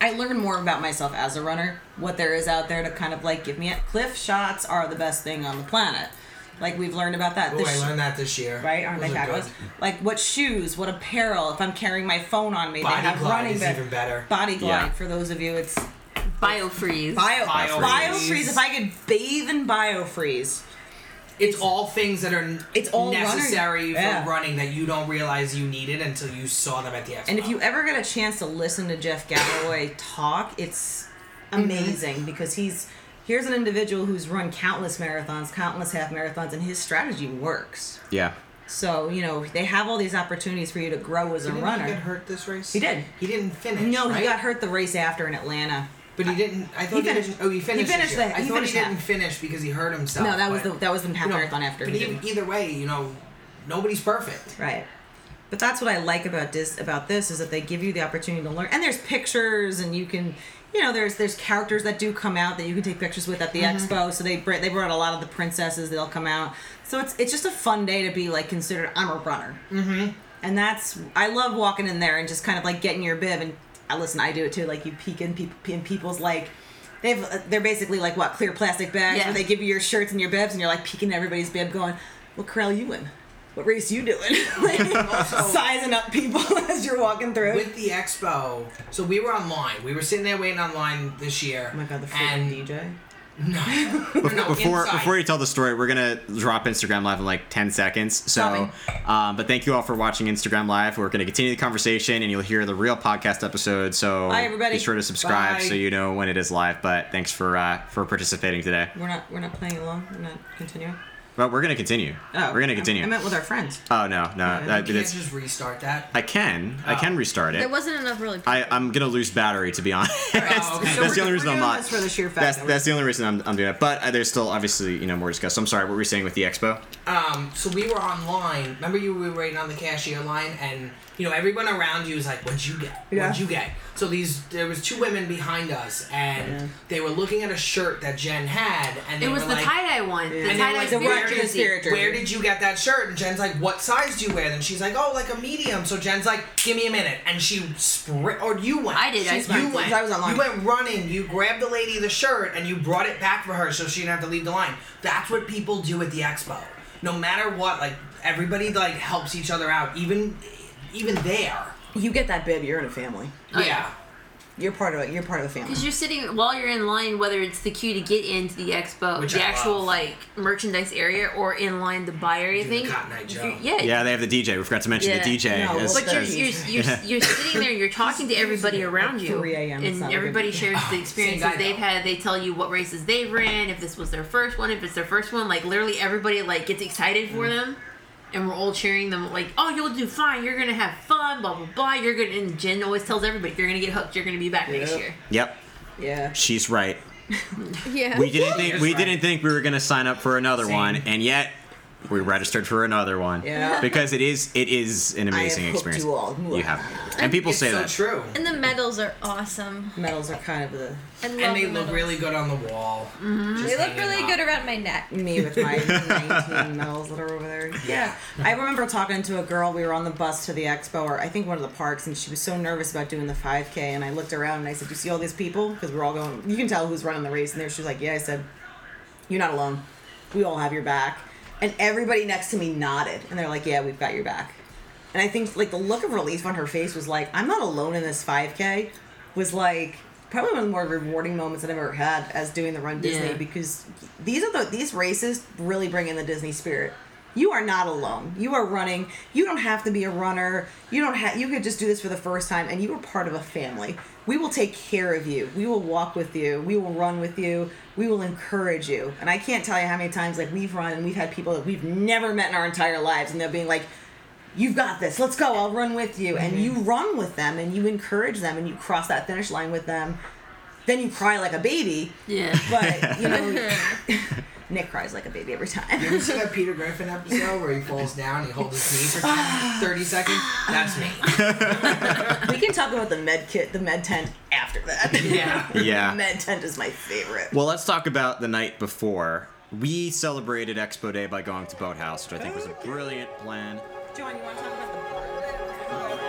[SPEAKER 3] I learn more about myself as a runner. What there is out there to kind of like give me it. Cliff shots are the best thing on the planet. Like we've learned about that.
[SPEAKER 6] Oh,
[SPEAKER 3] This-
[SPEAKER 6] I learned that this year.
[SPEAKER 3] right? Aren't they
[SPEAKER 6] Those
[SPEAKER 3] fabulous?
[SPEAKER 6] good.
[SPEAKER 3] Like what shoes, what apparel? If I'm carrying my phone on me,
[SPEAKER 6] Body
[SPEAKER 3] they have
[SPEAKER 6] glide
[SPEAKER 3] running
[SPEAKER 6] is
[SPEAKER 3] ba-
[SPEAKER 6] even better.
[SPEAKER 3] Body glide
[SPEAKER 5] Yeah.
[SPEAKER 3] for those of you, it's
[SPEAKER 2] Biofreeze.
[SPEAKER 3] bio
[SPEAKER 6] Biofreeze.
[SPEAKER 3] biofreeze. If I could bathe in biofreeze,
[SPEAKER 6] It's all things that are n-
[SPEAKER 3] It's all
[SPEAKER 6] necessary
[SPEAKER 3] running. Yeah.
[SPEAKER 6] for running that you don't realize you needed until you saw them at the expo.
[SPEAKER 3] and if you ever get a chance to listen to Jeff Galloway talk, it's
[SPEAKER 6] Mm-hmm.
[SPEAKER 3] amazing because he's here's an individual who's run countless marathons, countless half marathons, and his strategy works.
[SPEAKER 5] yeah.
[SPEAKER 3] So you know they have all these opportunities for you to grow as a
[SPEAKER 6] didn't
[SPEAKER 3] runner.
[SPEAKER 6] he get hurt this race?
[SPEAKER 3] He did.
[SPEAKER 6] He didn't finish.
[SPEAKER 3] no,
[SPEAKER 6] right?
[SPEAKER 3] he got hurt the race after in Atlanta.
[SPEAKER 6] But he didn't. I thought he,
[SPEAKER 3] finished.
[SPEAKER 6] didn't- Oh, he
[SPEAKER 3] He
[SPEAKER 6] finished. this
[SPEAKER 3] finished
[SPEAKER 6] year.
[SPEAKER 3] the-
[SPEAKER 6] I
[SPEAKER 3] he
[SPEAKER 6] thought he
[SPEAKER 3] finished half.
[SPEAKER 6] didn't finish because he hurt himself.
[SPEAKER 3] No, that was
[SPEAKER 6] but-
[SPEAKER 3] the that was the half
[SPEAKER 6] you know,
[SPEAKER 3] marathon after.
[SPEAKER 6] But
[SPEAKER 3] he
[SPEAKER 6] e-
[SPEAKER 3] did.
[SPEAKER 6] either way, you know, nobody's perfect.
[SPEAKER 3] Right. But that's what I like about this about this is that they give you the opportunity to learn. And there's pictures and you can you know there's there's characters that do come out that you can take pictures with at the expo. So they br- they brought a lot of the princesses that'll come out. So it's it's just a fun day to be like considered I'm a runner. Mhm. And that's I love walking in there and just kind of like getting your bib and I listen I do it too like you peek in, peop in people's like They've, uh, they're basically like what clear plastic bags
[SPEAKER 2] Yeah.
[SPEAKER 3] where they give you your shirts and your bibs and you're like peeking everybody's bib going what corral you in what race you doing? [LAUGHS] like, sizing up people [LAUGHS] as you're walking through.
[SPEAKER 6] With the expo, so we were online. We were sitting there waiting online this year.
[SPEAKER 3] oh my god, the
[SPEAKER 6] and
[SPEAKER 3] freaking DJ.
[SPEAKER 6] No, no,
[SPEAKER 5] Before
[SPEAKER 6] inside.
[SPEAKER 5] before you tell the story, we're gonna drop Instagram live in like ten seconds. So, um, but thank you all for watching Instagram live. We're gonna continue the conversation, and you'll hear the real podcast episode. So,
[SPEAKER 3] Bye, everybody.
[SPEAKER 5] be sure to subscribe
[SPEAKER 6] Bye.
[SPEAKER 5] so you know when it is live. But thanks for uh, for participating today.
[SPEAKER 3] We're not we're not playing along. We're not continuing.
[SPEAKER 1] But we're gonna continue. we're gonna
[SPEAKER 3] I-
[SPEAKER 1] continue.
[SPEAKER 3] Oh, I, meant with our friends.
[SPEAKER 1] oh no, no, I,
[SPEAKER 6] You can't
[SPEAKER 1] it's,
[SPEAKER 6] just restart that.
[SPEAKER 1] I can, I can restart
[SPEAKER 2] There
[SPEAKER 1] it.
[SPEAKER 2] wasn't enough really.
[SPEAKER 1] I, I'm gonna lose battery to be honest. [LAUGHS]
[SPEAKER 6] Oh, okay.
[SPEAKER 1] that's
[SPEAKER 3] we're-
[SPEAKER 1] the only
[SPEAKER 3] we're
[SPEAKER 1] reason I'm
[SPEAKER 3] doing
[SPEAKER 1] not.
[SPEAKER 3] this for the sheer fact
[SPEAKER 1] that's
[SPEAKER 3] that we're-
[SPEAKER 1] that's the only reason I'm, I'm doing it. But uh, there's still obviously you know more to discuss. So I'm sorry. What were we saying with the expo?
[SPEAKER 6] Um, so we were online. Remember, you were waiting on the cashier line, and you know everyone around you was like, "What'd you get?
[SPEAKER 3] Yeah.
[SPEAKER 6] What'd you get?" So these, there was two women behind us, and they were looking at a shirt that Jen had, and they
[SPEAKER 7] It was
[SPEAKER 6] were
[SPEAKER 7] the
[SPEAKER 6] like,
[SPEAKER 7] tie dye one. The
[SPEAKER 6] And they
[SPEAKER 7] tie
[SPEAKER 6] were
[SPEAKER 7] dye
[SPEAKER 6] like,
[SPEAKER 7] spirit
[SPEAKER 6] where, did,
[SPEAKER 7] jersey.
[SPEAKER 3] spirit jersey.
[SPEAKER 6] where did you get that shirt? And Jen's like, what size do you wear? And she's like, oh, like a medium. So Jen's like, give me a minute. And she sprint, or you went.
[SPEAKER 7] I did, I
[SPEAKER 6] She- you
[SPEAKER 7] sprinted.
[SPEAKER 6] went.
[SPEAKER 3] I was online.
[SPEAKER 6] You went running. You grabbed the lady the shirt and you brought it back for her so she didn't have to leave the line. That's what people do at the expo. No matter what, like everybody like helps each other out. Even, even there.
[SPEAKER 3] You get that bib, you're in a family.
[SPEAKER 6] yeah.
[SPEAKER 3] You're part of it. You're part of the family.
[SPEAKER 7] Because you're sitting while you're in line, whether it's the queue to get into the expo,
[SPEAKER 6] Which
[SPEAKER 7] the
[SPEAKER 6] I
[SPEAKER 7] actual
[SPEAKER 6] love.
[SPEAKER 7] like merchandise area, or in line to buy area
[SPEAKER 6] the
[SPEAKER 7] thing.
[SPEAKER 6] Cotton Eye Joe.
[SPEAKER 7] Yeah,
[SPEAKER 1] Yeah, they have the DJ. We forgot to mention
[SPEAKER 7] Yeah.
[SPEAKER 1] the DJ.
[SPEAKER 3] No,
[SPEAKER 1] as-
[SPEAKER 7] But you're,
[SPEAKER 1] as-
[SPEAKER 7] you're, you're, you're sitting there, you're talking to everybody around you,
[SPEAKER 3] 3 a.m., it's not
[SPEAKER 7] and
[SPEAKER 3] a good
[SPEAKER 7] everybody
[SPEAKER 3] day.
[SPEAKER 7] shares the experiences
[SPEAKER 6] guy,
[SPEAKER 7] they've
[SPEAKER 6] though.
[SPEAKER 7] had. They tell you what races they ran, if this was their first one, if it's their first one. Like literally, everybody like gets excited for them, and we're all cheering them. Like, oh, you'll do fine. You're gonna have fun. Blah blah blah. You're gonna. And Jen always tells everybody, you're gonna get hooked. You're gonna be back next
[SPEAKER 3] Yep.
[SPEAKER 7] year.
[SPEAKER 1] yep,
[SPEAKER 3] [LAUGHS] yeah.
[SPEAKER 1] she's right.
[SPEAKER 2] yeah.
[SPEAKER 1] We didn't think we
[SPEAKER 6] right.
[SPEAKER 1] didn't think we were gonna sign up for another one, and yet we registered for another one.
[SPEAKER 3] Yeah.
[SPEAKER 1] Because it is it is an amazing
[SPEAKER 3] hooked
[SPEAKER 1] experience.
[SPEAKER 3] you all.
[SPEAKER 1] You have, and people
[SPEAKER 6] It's
[SPEAKER 1] say
[SPEAKER 6] so
[SPEAKER 1] that.
[SPEAKER 6] true.
[SPEAKER 2] and the medals are awesome.
[SPEAKER 3] Medals are kind of the
[SPEAKER 2] I love
[SPEAKER 6] And they
[SPEAKER 2] the
[SPEAKER 6] look
[SPEAKER 2] medals.
[SPEAKER 6] really good on the wall. Just
[SPEAKER 2] They look
[SPEAKER 6] hanging
[SPEAKER 2] really
[SPEAKER 6] up.
[SPEAKER 2] good around my neck.
[SPEAKER 3] me with my [LAUGHS] 19 medals that are over there. Yeah. I remember talking to a girl. We were on the bus to the expo, or I think one of the parks, and she was so nervous about doing the 5K. And I looked around and I said, "You see all these people? Because we're all going. You can tell who's running the race." And there she was like, "Yeah." I said, "You're not alone. We all have your back." And everybody next to me nodded, and they're like, "Yeah, we've got your back." And I think like the look of relief on her face was like, "I'm not alone in this 5K." Was like probably one of the more rewarding moments that I've ever had as doing the Run Disney
[SPEAKER 7] Yeah.
[SPEAKER 3] because these are the these races really bring in the Disney spirit. You are not alone. You are running. You don't have to be a runner. You don't have. You could just do this for the first time, and you are part of a family. We will take care of you. We will walk with you. We will run with you. We will encourage you. And I can't tell you how many times like we've run and we've had people that we've never met in our entire lives, and they're being like, you've got this let's go i'll run with you and you run with them and you encourage them and you cross that finish line with them then you cry like a baby
[SPEAKER 7] [LAUGHS] Yeah.
[SPEAKER 3] but
[SPEAKER 2] [LAUGHS]
[SPEAKER 3] you know nick cries like a baby every time
[SPEAKER 6] You see that Peter Griffin episode where he falls down and he holds his knee for 10, 30 seconds? That's me.
[SPEAKER 3] we can talk about the med kit the med tent after that
[SPEAKER 6] Yeah.
[SPEAKER 1] Yeah.
[SPEAKER 3] the [LAUGHS] med tent is my favorite
[SPEAKER 1] Well, let's talk about the night before. We celebrated Expo Day by going to Boathouse, which I think was a brilliant plan.
[SPEAKER 3] john you want to talk about the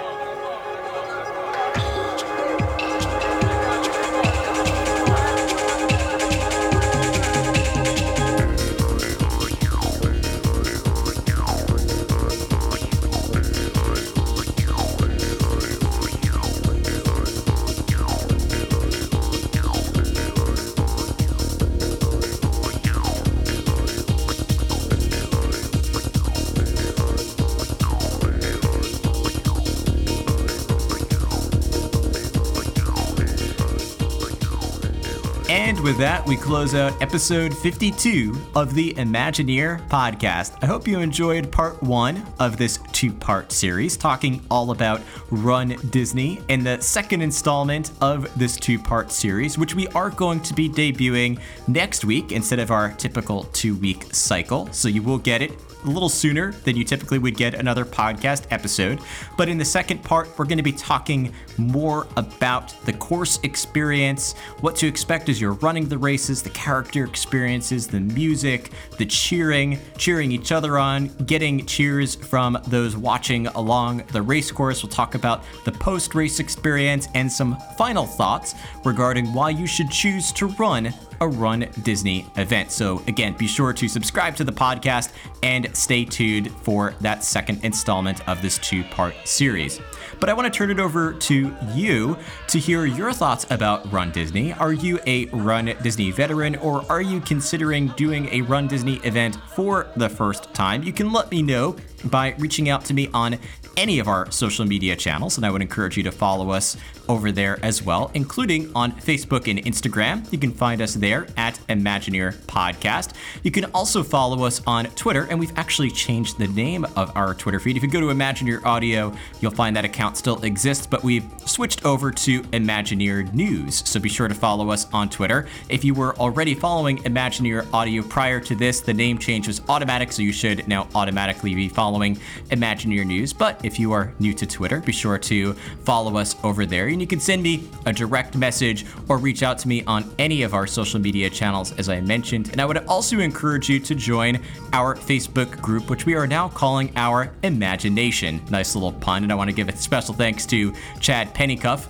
[SPEAKER 1] And with that, we close out episode 52 of the Imagineer podcast. I hope you enjoyed part one of this two part series talking all about Run Disney and the second installment of this two part series, which we are going to be debuting next week instead of our typical two week cycle. So you will get it a little sooner than you typically would get another podcast episode. But in the second part, we're going to be talking more about the course experience, what to expect as you're running the races, the character experiences, the music, the cheering, cheering each other on, getting cheers from those watching along the race course. We'll talk about the post race experience and some final thoughts regarding why you should choose to run a Run Disney event. So, again, be sure to subscribe to the podcast and stay tuned for that second installment of this two part series. But I want to turn it over to you to hear your thoughts about Run Disney. Are you a Run Disney veteran or are you considering doing a Run Disney event for the first time? You can let me know by reaching out to me on any of our social media channels, and I would encourage you to follow us over there as well, including on Facebook and Instagram. You can find us there at Imagineer Podcast. You can also follow us on Twitter, and we've actually changed the name of our Twitter feed. If you go to Imagineer Audio, you'll find that account still exists, but we've switched over to Imagineer News. So be sure to follow us on Twitter. If you were already following Imagineer Audio prior to this, the name change was automatic, so you should now automatically be following Imagineer News. But if you are new to Twitter, be sure to follow us over there. And you can send me a direct message or reach out to me on any of our social media channels, as I mentioned. And I would also encourage you to join our Facebook group, which we are now calling our Imagination. Nice little pun. And I want to give a special thanks to Chad Pennycuff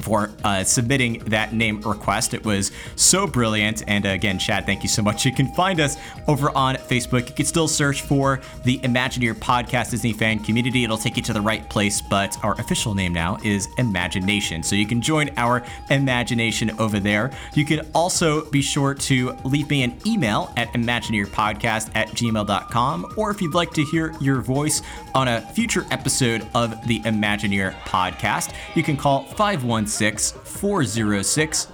[SPEAKER 1] for uh, submitting that name request. It was so brilliant. And uh, again, Chad, thank you so much. You can find us over on Facebook. You can still search for the Imagineer Podcast Disney fan community. It'll take you to the right place, but our official name now is Imagination. So you can join our Imagination over there. You can also be sure to leave me an email at imagineerpodcast at gmail.com. Or if you'd like to hear your voice on a future episode of the Imagineer Podcast, you can call 516 406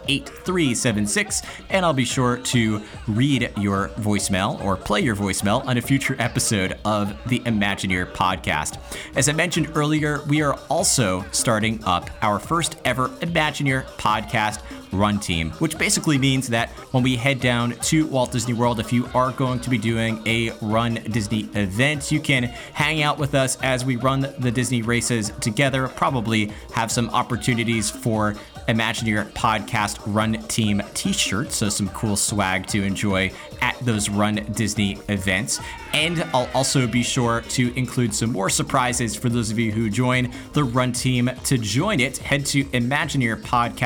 [SPEAKER 1] and I'll be sure to read your voicemail or play your voicemail on a future episode of the Imagineer podcast. As I mentioned earlier, we are also starting up our first ever Imagineer podcast run team, which basically means that when we head down to Walt Disney World, if you are going to be doing a Run Disney event, you can hang out with us as we run the Disney races together, probably have some opportunities for Imagineer Podcast Run Team t shirts, so some cool swag to enjoy at those Run Disney events. And I'll also be sure to include some more surprises for those of you who join the Run Team. To join it, head to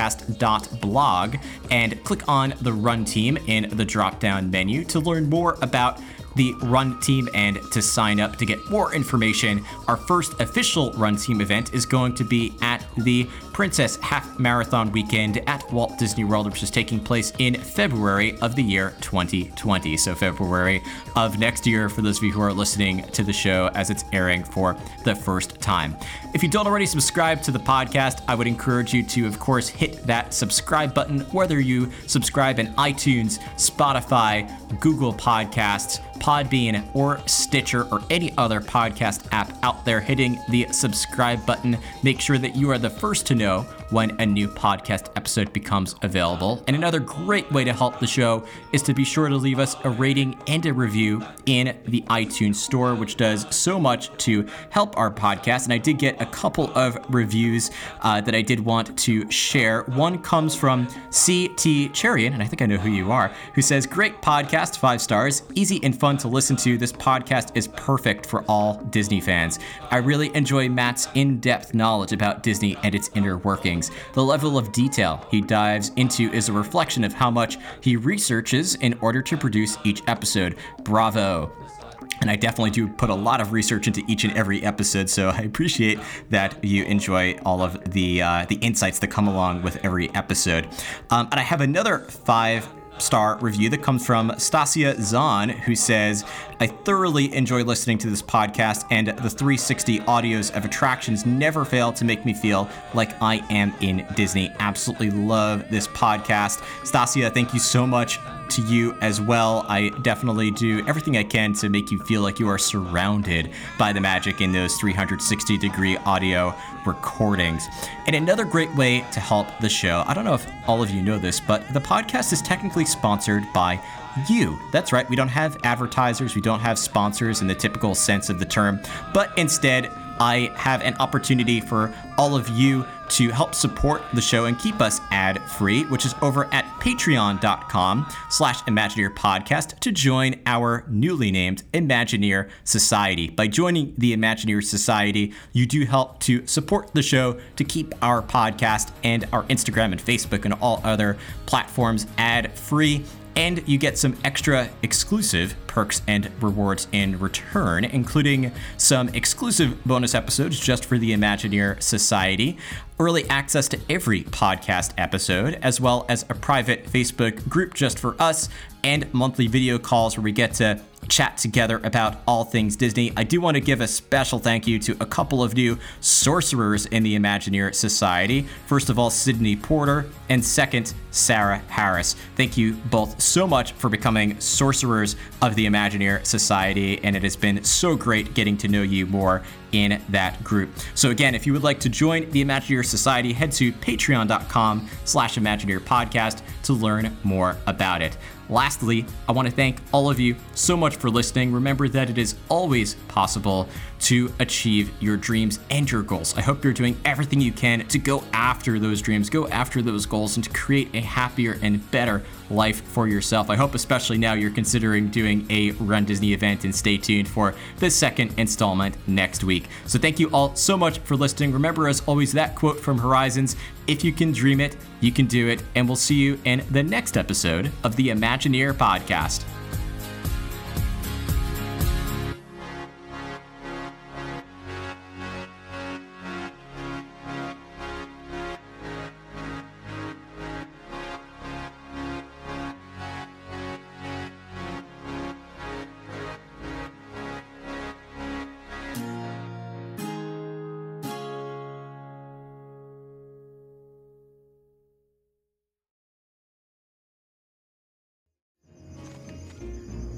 [SPEAKER 1] imagineerpodcast.blog and click on the Run Team in the drop down menu to learn more about the Run Team and to sign up to get more information. Our first official Run Team event is going to be at the Princess Half Marathon Weekend at Walt Disney World, which is taking place in February of the year 2020. So, February of next year, for those of you who are listening to the show as it's airing for the first time. If you don't already subscribe to the podcast, I would encourage you to, of course, hit that subscribe button, whether you subscribe in iTunes, Spotify, Google Podcasts, Podbean, or Stitcher, or any other podcast app out there, hitting the subscribe button. Make sure that you are the first to know when a new podcast episode becomes available. And another great way to help the show is to be sure to leave us a rating and a review in the iTunes store, which does so much to help our podcast. And I did get a couple of reviews uh, that I did want to share. One comes from C.T. Cherian, and I think I know who you are, who says, Great podcast, five stars, easy and fun to listen to. This podcast is perfect for all Disney fans. I really enjoy Matt's in depth knowledge about Disney and its inner workings. The level of detail he dives into is a reflection of how much he researches in order to produce each episode. Bravo. And I definitely do put a lot of research into each and every episode, so I appreciate that you enjoy all of the uh, the insights that come along with every episode. Um, and I have another five star review that comes from Stasia Zahn, who says, I thoroughly enjoy listening to this podcast, and the 360 audios of attractions never fail to make me feel like I am in Disney. Absolutely love this podcast. Stasia, thank you so much to you as well. I definitely do everything I can to make you feel like you are surrounded by the magic in those 360 degree audio recordings. And another great way to help the show, I don't know if all of you know this, but the podcast is technically sponsored by you. That's right, we don't have advertisers, we don't have sponsors in the typical sense of the term, but instead, I have an opportunity for all of you to help support the show and keep us ad free, which is over at patreon.com slash Imagineer podcast to join our newly named Imagineer Society. By joining the Imagineer Society, you do help to support the show to keep our podcast and our Instagram and Facebook and all other platforms ad free. and you get some extra exclusive perks and rewards in return, including some exclusive bonus episodes just for the Imagineer Society, early access to every podcast episode, as well as a private Facebook group just for us, and monthly video calls where we get to chat together about all things Disney. I do want to give a special thank you to a couple of new sorcerers in the Imagineer Society. First of all, Sydney Porter, and second, Sarah Harris. Thank you both so much for becoming sorcerers of the Imagineer Society, and it has been so great getting to know you more in that group. So again, if you would like to join the Imagineer Society, head to patreon.com slash Imagineer Podcast to learn more about it. Lastly, I want to thank all of you so much for listening. Remember that it is always possible to achieve your dreams and your goals. I hope you're doing everything you can to go after those dreams, go after those goals, and to create a happier and better life for yourself. I hope, especially now, you're considering doing a Run Disney event and stay tuned for the second installment next week. So, thank you all so much for listening. Remember, as always, that quote from Horizons if you can dream it, you can do it. And we'll see you in the next episode of the Imagineer Podcast.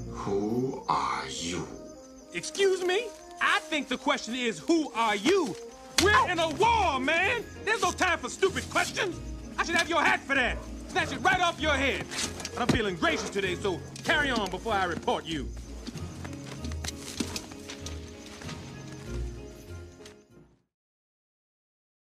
[SPEAKER 8] Who are you?
[SPEAKER 9] Excuse me? I think the question is, who are you? We're in a war, man! There's no time for stupid questions! I should have your hat for that! Snatch it right off your head! But I'm feeling gracious today, so carry on before I report you.